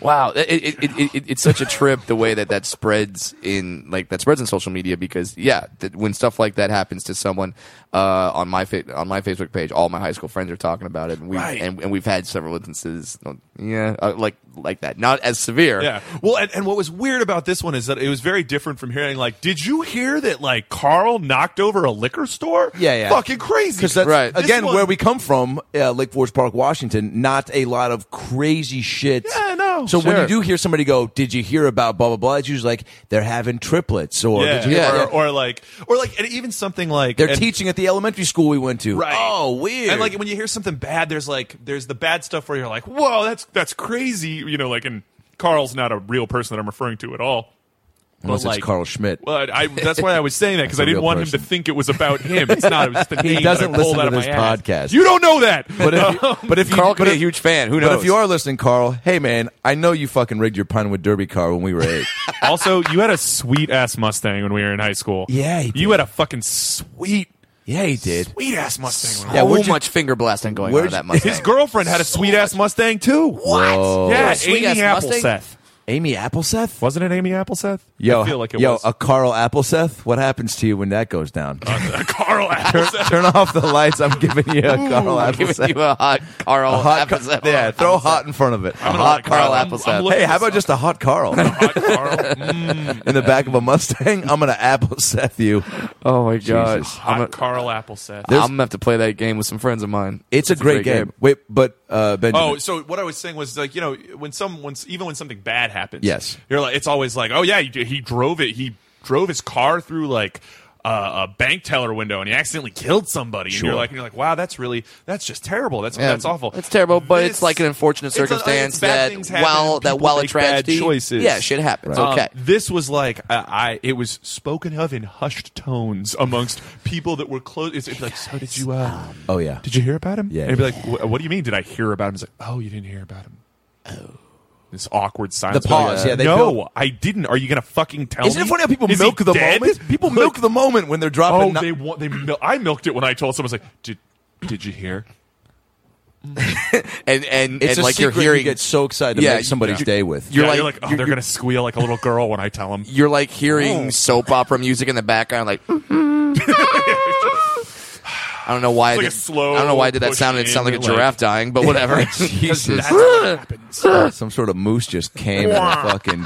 Speaker 3: Wow, it, it, it, it, it's such a trip the way that that spreads in like that spreads in social media because yeah, that when stuff like that happens to someone uh, on my fa- on my Facebook page, all my high school friends are talking about it, and we
Speaker 2: Right.
Speaker 3: and, and we've had several instances, uh, yeah, uh, like like that, not as severe,
Speaker 2: Yeah. Well, and, and what was weird about this one is that it was very different from hearing like, did you hear that like Carl knocked over a liquor store?
Speaker 1: Yeah, yeah.
Speaker 2: Fucking crazy.
Speaker 1: Because that's
Speaker 3: Right.
Speaker 2: This
Speaker 1: again
Speaker 2: one-
Speaker 1: where we come from, uh, Lake Forest Park, Washington. Not a lot of crazy shit
Speaker 2: Yeah, no,
Speaker 4: show.
Speaker 1: So when
Speaker 3: Sure.
Speaker 1: you do hear somebody go, "Did you hear about blah blah blah?" It's usually like they're having triplets, or
Speaker 2: yeah,
Speaker 1: did you hear
Speaker 3: Yeah.
Speaker 1: about-
Speaker 2: Or, or like, or like, and even something like
Speaker 1: they're
Speaker 2: and-
Speaker 1: teaching at the elementary school we went to.
Speaker 2: Right.
Speaker 1: Oh, weird.
Speaker 2: And like when you hear something bad, there's like there's the bad stuff where you're like, whoa, that's that's crazy. You know, like and Carl's not a real person that I'm referring to at all.
Speaker 1: unless
Speaker 2: but,
Speaker 1: it's
Speaker 2: like-
Speaker 1: Carl Schmidt.
Speaker 2: Well, I, that's why I was saying that because
Speaker 1: a
Speaker 2: I didn't
Speaker 1: real
Speaker 2: want
Speaker 1: person.
Speaker 2: him to think it was about him. It's not. It was just the
Speaker 1: He
Speaker 2: name that
Speaker 1: doesn't
Speaker 2: I pulled
Speaker 1: listen
Speaker 2: out
Speaker 1: to
Speaker 2: of
Speaker 1: this
Speaker 2: my ass.
Speaker 1: podcast.
Speaker 2: You don't know that. Um,
Speaker 1: But if, you, but if you,
Speaker 3: Carl could
Speaker 1: but
Speaker 3: be a
Speaker 1: if-
Speaker 3: huge fan. Who knows?
Speaker 1: But if you are listening, Carl, hey man, I know you fucking rigged your Pinewood Derby car when we were eight.
Speaker 2: also, you had a sweet ass Mustang when we were in high school.
Speaker 1: Yeah, he
Speaker 2: you had a fucking sweet,
Speaker 1: yeah, he did.
Speaker 2: sweet ass Mustang. When we
Speaker 1: Yeah,
Speaker 3: yeah,
Speaker 1: where'd you-
Speaker 3: much finger blasting going on
Speaker 1: where'd
Speaker 3: with that
Speaker 1: you-
Speaker 3: Mustang.
Speaker 2: His girlfriend had a sweet ass Mustang too. What?
Speaker 1: Whoa.
Speaker 2: Yeah,
Speaker 3: Sweet
Speaker 2: Amy
Speaker 3: ass Mustang?
Speaker 2: Appleseth.
Speaker 1: Amy Appleseth.
Speaker 2: Wasn't it Amy Appleseth?
Speaker 1: Yo,
Speaker 2: I feel like it
Speaker 1: yo,
Speaker 2: was.
Speaker 1: a Carl Appleseth. What happens to you when that goes down?
Speaker 2: Carl Appleseth.
Speaker 1: Turn off the lights. I'm giving you a Carl Appleseth.
Speaker 3: giving you a hot Carl
Speaker 1: A hot Car-
Speaker 3: Appleseth.
Speaker 1: yeah, throw hot in front of it.
Speaker 2: I'm gonna
Speaker 3: Hot
Speaker 2: let
Speaker 3: Carl
Speaker 2: I'm-
Speaker 3: Appleseth.
Speaker 2: I'm looking
Speaker 1: Hey, how
Speaker 2: for
Speaker 1: about just a hot Carl
Speaker 2: hot Carl? Mm,
Speaker 1: in the back of a Mustang? I'm gonna Appleseth you.
Speaker 3: Oh my gosh.
Speaker 1: Jesus.
Speaker 2: hot
Speaker 3: I'm, a,
Speaker 2: Carl Appleseth.
Speaker 3: I'm gonna have to play that game with some friends of mine.
Speaker 1: It's, a great, game. Wait, but uh, Benjamin.
Speaker 2: Oh, so what I was saying was like you know when some when even when something bad happens,
Speaker 1: Yes.
Speaker 2: you're like it's always like oh yeah he, he drove it he drove his car through like uh, a bank teller window and he accidentally killed somebody and
Speaker 1: Sure.
Speaker 2: you're like and you're like wow that's really that's just terrible that's
Speaker 3: Yeah,
Speaker 2: that's awful
Speaker 3: It's terrible, but it's
Speaker 2: This-
Speaker 3: like an unfortunate
Speaker 2: it's a- it's
Speaker 3: circumstance
Speaker 2: bad
Speaker 3: that
Speaker 2: things happen
Speaker 3: while
Speaker 2: and
Speaker 3: that
Speaker 2: people
Speaker 3: while a
Speaker 2: make bad
Speaker 3: tragedy,
Speaker 2: choices.
Speaker 3: yeah, shit happens.
Speaker 2: Um,
Speaker 3: Okay,
Speaker 2: this was like I, I it was spoken of in hushed tones amongst people that were close. It's, it's like so did you? Uh,
Speaker 1: Oh, yeah.
Speaker 2: Did you hear about him?
Speaker 1: Yeah.
Speaker 2: And I'd be like, "Wh- what do you mean? Did I hear about him? It's like, oh, you didn't hear about him. Oh. This awkward silence.
Speaker 1: The pause, yeah, they
Speaker 2: no,
Speaker 1: built-
Speaker 2: I didn't. Are you going to fucking tell
Speaker 1: Isn't
Speaker 2: me?
Speaker 1: it funny how people
Speaker 2: Is he
Speaker 1: milk the
Speaker 2: dead?
Speaker 1: moment? People
Speaker 2: Like,
Speaker 1: milk the moment when they're dropping.
Speaker 2: Oh,
Speaker 1: no-
Speaker 2: they want. They. Mil- I milked it when I told someone. I was like, did Did you hear?
Speaker 3: and and
Speaker 1: it's
Speaker 3: and
Speaker 1: a
Speaker 3: like you're
Speaker 1: secret
Speaker 3: hearing,
Speaker 1: you get so excited to
Speaker 3: Yeah,
Speaker 1: make somebody's
Speaker 3: you-
Speaker 1: day with.
Speaker 3: You're
Speaker 2: yeah,
Speaker 3: like-
Speaker 2: you're like, oh,
Speaker 3: you're-
Speaker 2: they're
Speaker 3: you're-
Speaker 2: going to squeal like a little girl when I tell them.
Speaker 3: you're like hearing
Speaker 2: Oh.
Speaker 3: soap opera music in the background, like. I don't know why. I
Speaker 2: like
Speaker 3: did-
Speaker 2: a slow
Speaker 3: I don't know why I did that
Speaker 2: push
Speaker 3: sound. It sounded
Speaker 2: in,
Speaker 3: like a giraffe
Speaker 2: like-
Speaker 3: dying, but whatever.
Speaker 1: Jesus.
Speaker 2: That's what happens.
Speaker 1: Some sort of moose just came in a fucking in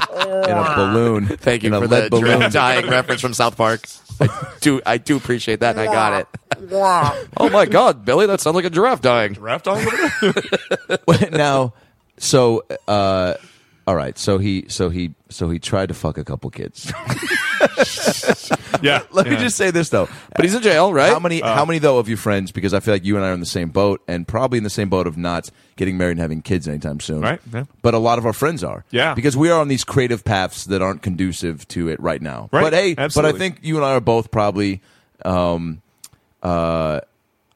Speaker 1: a balloon.
Speaker 3: Thank you
Speaker 1: in a
Speaker 3: for
Speaker 1: lead
Speaker 3: the
Speaker 1: balloon.
Speaker 3: giraffe dying reference from South Park. I do I do appreciate that. and I got it. oh my God, Billy, that sounds like a giraffe dying.
Speaker 2: Giraffe dog over there?
Speaker 1: now, so uh, all right, so he, so he, so he tried to fuck a couple kids.
Speaker 2: Yeah.
Speaker 1: Let me
Speaker 2: Yeah. Uh.
Speaker 1: just say this though.
Speaker 3: But he's in jail, right?
Speaker 1: How many? how many though of your friends? Because I feel like you and I are in the same boat, and probably in the same boat of not getting married and having kids anytime soon.
Speaker 2: Right, yeah.
Speaker 1: But a lot of our friends are.
Speaker 2: Yeah.
Speaker 1: Because we are on these creative paths that aren't conducive to it right now.
Speaker 2: Right,
Speaker 1: But hey, but I
Speaker 2: absolutely.
Speaker 1: think you and I are both probably. Um, uh,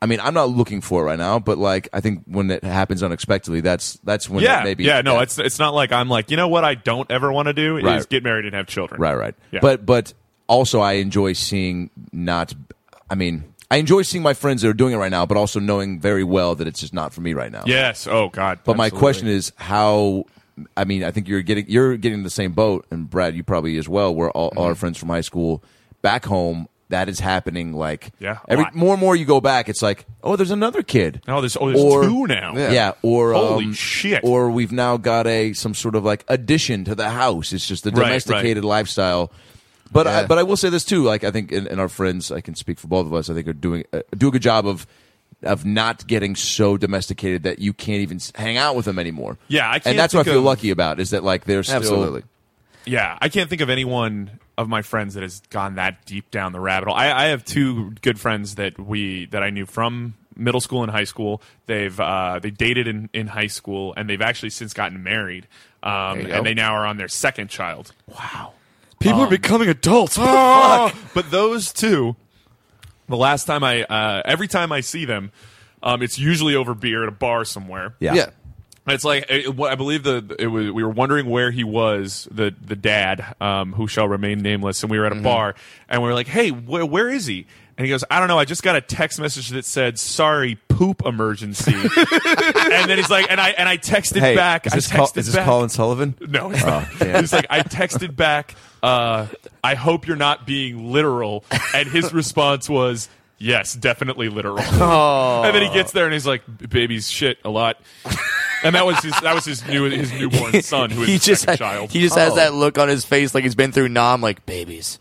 Speaker 1: I mean, I'm not looking for it right now, but like, I think when it happens unexpectedly, that's that's when
Speaker 2: yeah,
Speaker 1: it maybe
Speaker 2: yeah, no,
Speaker 1: that-
Speaker 2: it's it's not like I'm like you know what I don't ever want to do is
Speaker 1: Right.
Speaker 2: get married and have children.
Speaker 1: Right, right.
Speaker 2: Yeah.
Speaker 1: But but also I enjoy seeing not I mean, I enjoy seeing my friends that are doing it right now, but also knowing very well that it's just not for me right now.
Speaker 2: yes, oh god.
Speaker 1: But my question is how I mean, I think you're getting you're getting in the same boat and Brad, you probably as well, where all, all our
Speaker 2: Mm-hmm.
Speaker 1: friends from high school back home that is happening like
Speaker 2: Yeah, a
Speaker 1: every
Speaker 2: lot.
Speaker 1: more and more you go back it's like oh there's another kid
Speaker 2: oh, there's oh, there's
Speaker 1: or-
Speaker 2: two now.
Speaker 1: yeah. or
Speaker 2: Holy
Speaker 1: um,
Speaker 2: shit.
Speaker 1: Or we've now got a some sort of like addition to the house. It's just a
Speaker 2: Right,
Speaker 1: domesticated lifestyle. But I,
Speaker 3: Yeah.
Speaker 1: but I will say this too. Like I think in, in our friends, I can speak for both of us. I think are doing uh, do a good job of of not getting so domesticated that you can't even s- hang out with them anymore.
Speaker 2: Yeah, I can't
Speaker 1: and that's what I
Speaker 2: think
Speaker 1: feel
Speaker 2: of-
Speaker 1: lucky about is that like they're still
Speaker 3: Absolutely.
Speaker 2: Yeah, I can't think of anyone of my friends that has gone that deep down the rabbit hole. I, I have two good friends that we that I knew from middle school and high school. They've uh, they dated in, in high school and they've actually since gotten married. Um,
Speaker 3: you go.
Speaker 2: and they now are on their second child.
Speaker 3: People
Speaker 2: Um,
Speaker 3: are becoming adults.
Speaker 2: Ah! But those two, the last time I, uh, every time I see them, um, it's usually over beer at a bar somewhere.
Speaker 1: Yeah.
Speaker 3: Yeah.
Speaker 2: It's like it, it- I believe the it was we were wondering where he was the the dad um, who shall remain nameless, and we were
Speaker 1: Mm-hmm.
Speaker 2: at a bar, and we were like, "Hey, wh- where is he?" And he goes, "I don't know. I just got a text message that said sorry poop emergency," and then he's like, "And I and I texted
Speaker 1: Hey,
Speaker 2: back.
Speaker 1: is this,
Speaker 2: I texted
Speaker 1: Col- is this
Speaker 2: back.
Speaker 1: Colin Sullivan?
Speaker 2: No, it's not.
Speaker 1: damn.
Speaker 2: It's like I texted back. Uh, I hope you're not being literal. And his response was, "Yes, definitely literal." And then he gets there and he's like, "Baby's shit a lot." And that was his. That was his new his newborn son who is
Speaker 3: he
Speaker 2: his
Speaker 3: just
Speaker 2: second
Speaker 3: had-
Speaker 2: child. Oh.
Speaker 3: he just has that look on his face like he's been through nom like babies.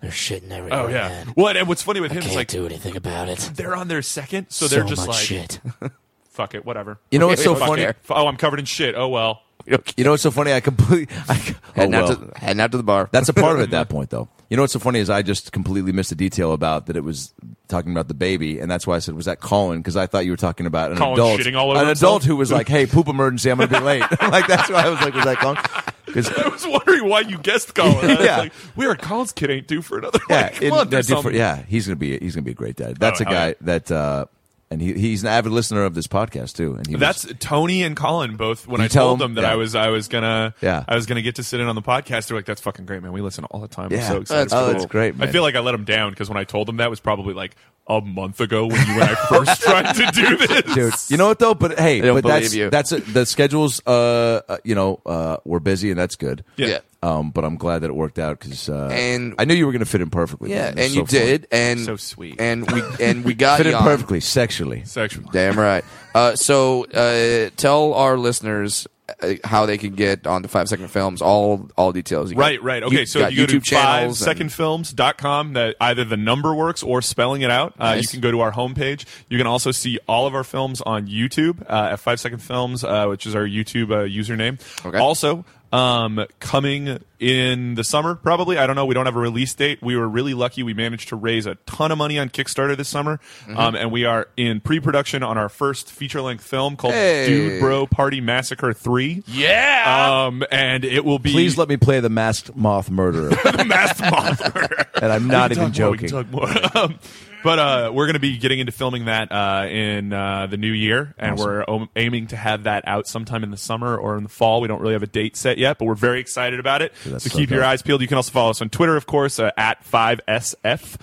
Speaker 3: They're shitting everywhere.
Speaker 2: oh yeah.
Speaker 3: man.
Speaker 2: Well, and, and what's funny with him is
Speaker 3: can't
Speaker 2: like
Speaker 3: do anything about it.
Speaker 2: they're on their second, so they're just
Speaker 3: much
Speaker 2: like,
Speaker 3: shit.
Speaker 2: "Fuck it, whatever."
Speaker 1: You know what's so
Speaker 2: Fuck
Speaker 1: funny?
Speaker 2: it. Oh, I'm covered in shit. Oh well.
Speaker 3: we don't care.
Speaker 1: You know what's so funny? I completely. I, oh,
Speaker 3: Heading,
Speaker 1: well.
Speaker 3: out to, heading out to the bar.
Speaker 1: That's a part of it at that point, though. You know what's so funny is I just completely missed the detail about that it was talking about the baby, and that's why I said, "Was that Colin?" Because I thought you were talking about an
Speaker 2: Colin
Speaker 1: adult,
Speaker 2: shitting all over
Speaker 1: an
Speaker 2: himself?
Speaker 1: adult who was like, "Hey, poop emergency, I'm going to be late." like that's why I was like, "Was that Colin?" 'Cause-
Speaker 2: I was wondering why you guessed Colin. I was
Speaker 1: Yeah.
Speaker 2: like, we are Colin's kid ain't due for another
Speaker 1: yeah,
Speaker 2: like,
Speaker 1: it-
Speaker 2: month or
Speaker 1: that dude for-
Speaker 2: something.
Speaker 1: yeah, he's going to be he's going to be a great dad. That's
Speaker 2: Oh,
Speaker 1: a
Speaker 2: hell
Speaker 1: guy
Speaker 2: yeah.
Speaker 1: that, uh, and he he's an avid listener of this podcast too. And he was-
Speaker 2: That's Tony and Colin both. When
Speaker 1: You
Speaker 2: I
Speaker 1: tell
Speaker 2: told
Speaker 1: them-
Speaker 2: them that
Speaker 1: yeah.
Speaker 2: I was I was gonna
Speaker 1: Yeah.
Speaker 2: I was gonna get to sit in on the podcast, they're like, "That's fucking great, man. We listen all the time. I'm
Speaker 1: Yeah.
Speaker 2: so excited."
Speaker 3: That's
Speaker 1: oh,
Speaker 3: cool.
Speaker 1: that's great. Man.
Speaker 2: I feel like I let them down because when I told them that was probably like a month ago when you and I first tried to do this.
Speaker 1: dude. You know what though? But hey,
Speaker 3: don't
Speaker 1: but that's
Speaker 3: believe you.
Speaker 1: that's it. the schedules. Uh, uh, you know, uh, we're busy, and that's good.
Speaker 2: Yeah.
Speaker 3: Yeah.
Speaker 1: Um, but I'm glad that it worked out because uh,
Speaker 3: And-
Speaker 1: I knew you were going to fit in perfectly.
Speaker 3: Yeah,
Speaker 1: man. It was
Speaker 3: and you
Speaker 1: so fun.
Speaker 3: did, and
Speaker 2: So sweet.
Speaker 3: and we and we got
Speaker 1: fit in
Speaker 3: Jan.
Speaker 1: perfectly sexually.
Speaker 2: Sexual.
Speaker 3: Damn right. Uh, so uh, tell our listeners uh, how they can get on the Five Second Films. All all details. You got-
Speaker 2: Right, right. Okay, so
Speaker 3: got
Speaker 2: you go
Speaker 3: YouTube
Speaker 2: to five
Speaker 3: channels and-
Speaker 2: secondfilms.com that either the number works or spelling it out. Uh, You
Speaker 3: Nice.
Speaker 2: can go to our homepage. You can also see all of our films on YouTube uh, at Five Second Films, uh, which is our YouTube uh, username.
Speaker 3: Okay.
Speaker 2: Also, um, coming in the summer, probably. I don't know. We don't have a release date. We were really lucky. We managed to raise a ton of money on Kickstarter this summer,
Speaker 3: Mm-hmm.
Speaker 2: um, and we are in pre-production on our first feature-length film called
Speaker 3: Hey.
Speaker 2: Dude Bro Party Massacre Three. Yeah, um, and it will be
Speaker 1: Please let me play the masked moth murderer,
Speaker 2: the masked monster.
Speaker 1: and I'm not even
Speaker 2: We can
Speaker 1: joking.
Speaker 2: talk more. We can talk more. Um, but uh, we're going to be getting into filming that uh, in uh, the new year, and we're o- aiming to have that out sometime in the summer or in the fall. We don't really have a date set yet, but we're very excited about it.
Speaker 1: that's
Speaker 2: so,
Speaker 1: so
Speaker 2: keep your
Speaker 1: dope.
Speaker 2: eyes peeled. You can also follow us on Twitter, of course, uh, at five SF.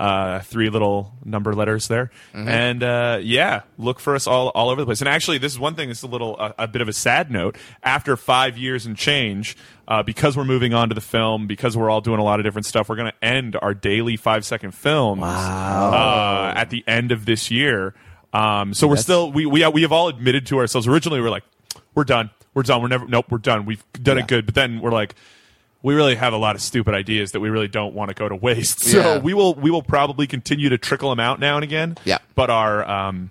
Speaker 2: Uh, three little number letters there,
Speaker 1: Mm-hmm.
Speaker 2: and uh, yeah, look for us all all over the place. And actually, this is one thing. This is a little uh, a bit of a sad note. After five years and change, uh, because we're moving on to the film, because we're all doing a lot of different stuff, we're going to end our daily five second films uh, at the end of this year. Um, so we're still we we we have all admitted to ourselves. Originally, we we're like, we're done, we're done, we're never nope, we're done. We've done it good, but then we're like we really have a lot of stupid ideas that we really don't want to go to waste. So
Speaker 3: Yeah.
Speaker 2: we will we will probably continue to trickle them out now and again.
Speaker 3: Yeah.
Speaker 2: But our um,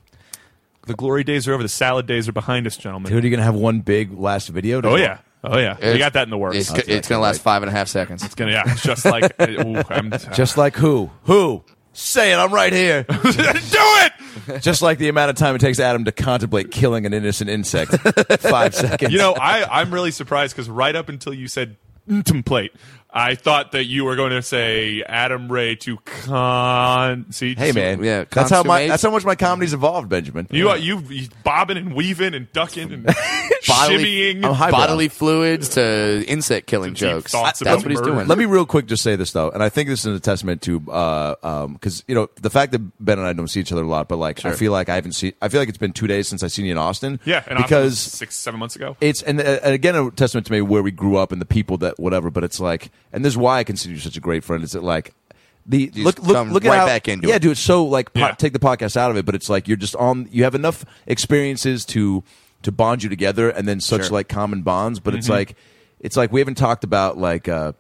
Speaker 2: the glory days are over. The salad days are behind us, gentlemen.
Speaker 1: Dude, you're gonna have one big last video. To
Speaker 2: oh yeah, oh yeah. we got that in the works.
Speaker 3: It's,
Speaker 2: It's,
Speaker 3: it's gonna last five and a half seconds.
Speaker 2: gonna yeah, it's just like uh, ooh, I'm,
Speaker 1: just like who? Who? Say it. I'm right here.
Speaker 2: do it.
Speaker 1: just like the amount of time it takes Adam to contemplate killing an innocent insect. Five seconds.
Speaker 2: You know, I I'm really surprised because right up until you said contemplate. I thought that you were going to say Adam Ray to con. See,
Speaker 1: hey man.
Speaker 3: Yeah,
Speaker 1: That's how my.
Speaker 3: consummate.
Speaker 1: That's how much my comedy's evolved, Benjamin.
Speaker 2: you are you you bobbing and weaving and ducking and
Speaker 3: Bodily-
Speaker 2: shimmying.
Speaker 1: I'm high
Speaker 3: Bodily fluids to insect killing
Speaker 2: deep
Speaker 3: jokes.
Speaker 2: thoughts
Speaker 3: That's
Speaker 2: about
Speaker 3: what he's
Speaker 2: murder.
Speaker 3: doing.
Speaker 1: Let me real quick just say this though, and I think this is a testament to because uh, um 'cause you know the fact that Ben and I don't see each other a lot, but like I feel like I haven't seen. I feel like it's been two days since I seen you in Austin.
Speaker 2: Yeah, and because
Speaker 1: because
Speaker 2: six seven months ago,
Speaker 1: it's and, uh, and again a testament to me where we grew up and the people that whatever. But it's like, and this is why I consider you such a great friend. Is that like the
Speaker 3: You
Speaker 1: look
Speaker 3: just
Speaker 1: look
Speaker 3: come
Speaker 1: look at
Speaker 3: right
Speaker 1: how-
Speaker 3: back into
Speaker 1: yeah,
Speaker 3: it.
Speaker 1: dude. It's so like po-
Speaker 2: Yeah.
Speaker 1: take the podcast out of it, but it's like you're just on. You have enough experiences to to bond you together, and then such
Speaker 3: Sure.
Speaker 1: like common bonds. But
Speaker 2: Mm-hmm.
Speaker 1: it's like it's like we haven't talked about like. uh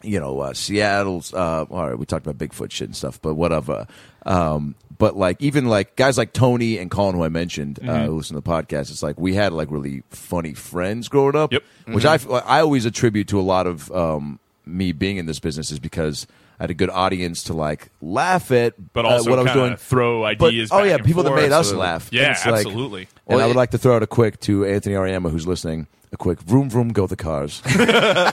Speaker 1: you know, uh, Seattle's. Uh, all right, we talked about Bigfoot shit and stuff, but whatever. Um, but like, even like guys like Tony and Colin, who I mentioned,
Speaker 2: Mm-hmm.
Speaker 1: uh, who listen to the podcast, it's like we had like really funny friends growing up,
Speaker 2: Yep. Mm-hmm.
Speaker 1: which I f- I always attribute to a lot of um, me being in this business is because I had a good audience to like laugh at,
Speaker 2: but
Speaker 1: uh,
Speaker 2: also
Speaker 1: what I was
Speaker 2: kinda
Speaker 1: doing.
Speaker 2: throw
Speaker 1: But,
Speaker 2: ideas.
Speaker 1: oh
Speaker 2: back
Speaker 1: yeah,
Speaker 2: and
Speaker 1: people
Speaker 2: forth.
Speaker 1: that made
Speaker 2: Absolutely.
Speaker 1: us laugh.
Speaker 2: Yeah,
Speaker 1: It's like-
Speaker 2: absolutely.
Speaker 1: and
Speaker 3: Well,
Speaker 1: I would
Speaker 3: it-
Speaker 1: like to throw out a quick to Anthony Ariema, who's listening. A quick vroom vroom go the cars. 'Cause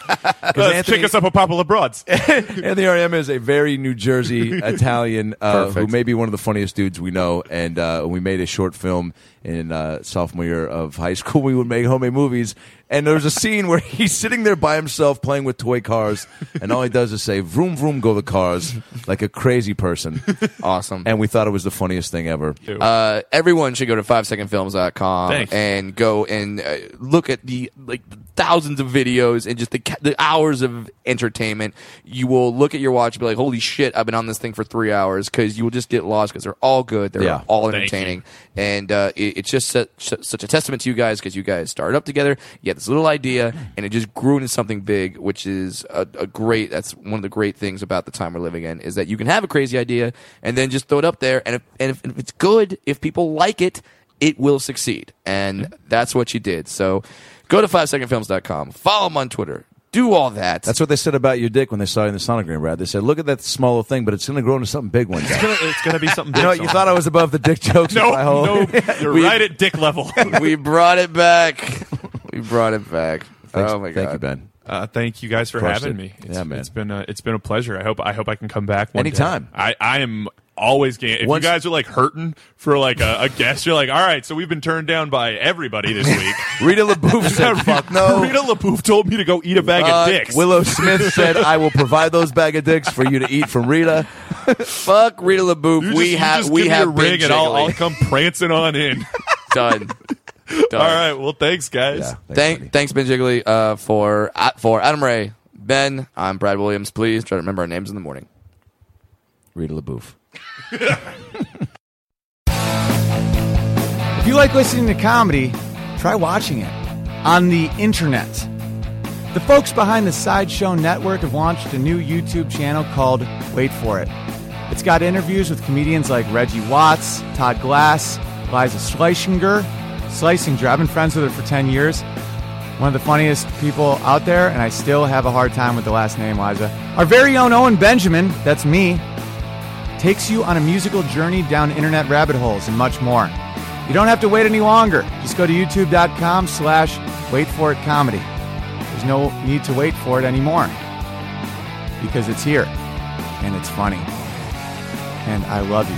Speaker 2: Let's
Speaker 1: Anthony-
Speaker 2: pick us up a popular broads.
Speaker 1: and the RM is a very New Jersey Italian uh, who
Speaker 3: Perfect.
Speaker 1: may be one of the funniest dudes we know. And uh, we made a short film in uh, sophomore year of high school. We would make homemade movies, and there's a scene where he's sitting there by himself playing with toy cars, and all he does is say "vroom vroom go the cars" like a crazy person.
Speaker 3: awesome.
Speaker 1: Mm-hmm. And we thought it was the funniest thing ever.
Speaker 3: Uh, everyone should go to 5secondfilms.com
Speaker 2: Thanks.
Speaker 3: and go and uh, look at the like thousands of videos and just the, ca- the hours of entertainment. You will look at your watch and be like, holy shit, I've been on this thing for three hours because you will just get lost because they're all good. They're
Speaker 1: Yeah.
Speaker 3: all
Speaker 2: Thank you.
Speaker 3: entertaining. And uh, it, it's just such, such a testament to you guys because you guys started up together. You had this little idea and it just grew into something big, which is a, a great, that's one of the great things about the time we're living in is that you can have a crazy idea and then just throw it up there. And if, and if, if it's good, if people like it, it will succeed. And that's what you did. So Go to 5secondfilms.com. Follow them on Twitter. Do all that.
Speaker 1: That's what they said about your dick when they saw you in the sonogram, Brad. They said, "Look at that small little thing, but it's going to grow into something big one day."
Speaker 2: It's gonna, it's gonna be something.
Speaker 1: you know,
Speaker 2: big
Speaker 1: you
Speaker 2: someday.
Speaker 1: thought I was above the dick jokes. with my whole-
Speaker 2: No, no, you're
Speaker 3: We-
Speaker 2: right at dick level.
Speaker 3: we brought it back. We brought it back.
Speaker 1: Thanks-
Speaker 3: oh my god.
Speaker 1: Thank you, Ben.
Speaker 2: Uh, thank you guys for
Speaker 1: Crushed
Speaker 2: having
Speaker 1: it.
Speaker 2: me. It's,
Speaker 1: Yeah, man.
Speaker 2: it's been a, it's been a pleasure. I hope I hope I can come back one day.
Speaker 1: Anytime.
Speaker 2: I I am always game. If
Speaker 1: Once-
Speaker 2: you guys are like hurting for like a, a guest, you're like, all right. So we've been turned down by everybody this week.
Speaker 1: Rita LaBouffe said, "Fuck no."
Speaker 2: Rita LaBouffe told me to go eat a bag
Speaker 1: Uh,
Speaker 3: Fuck
Speaker 2: of dicks.
Speaker 1: Willow Smith said, "I will provide those bag of dicks for you to eat from Rita."
Speaker 3: Fuck Rita LaBouffe.
Speaker 2: You
Speaker 3: we
Speaker 2: just- you
Speaker 3: have
Speaker 2: just
Speaker 3: we
Speaker 2: give me
Speaker 3: have
Speaker 2: a
Speaker 3: been
Speaker 2: ring and I'll, I'll
Speaker 3: jiggly.
Speaker 2: come prancing on in.
Speaker 3: done. done.
Speaker 2: All right. Well, thanks, guys.
Speaker 1: Yeah, buddy.
Speaker 3: Thank, thanks, Ben Jiggly, uh, for uh, for Adam Ray, Ben. I'm Brad Williams. Please try to remember our names in the morning.
Speaker 1: Rita LaBouffe.
Speaker 5: If you like listening to comedy, try watching it on the internet. The folks behind the Sideshow Network have launched a new YouTube channel called Wait For It. It's got interviews with comedians like Reggie Watts, Todd Glass, Liza Schlesinger. Schlesinger, I've been friends with her for 10 years. One of the funniest people out there, and I still have a hard time with the last name, Liza. Our very own Owen Benjamin, that's me, takes you on a musical journey down internet rabbit holes and much more. You don't have to wait any longer. Just go to youtube.com slash wait for it comedy. There's no need to wait for it anymore because it's here and it's funny. And I love you.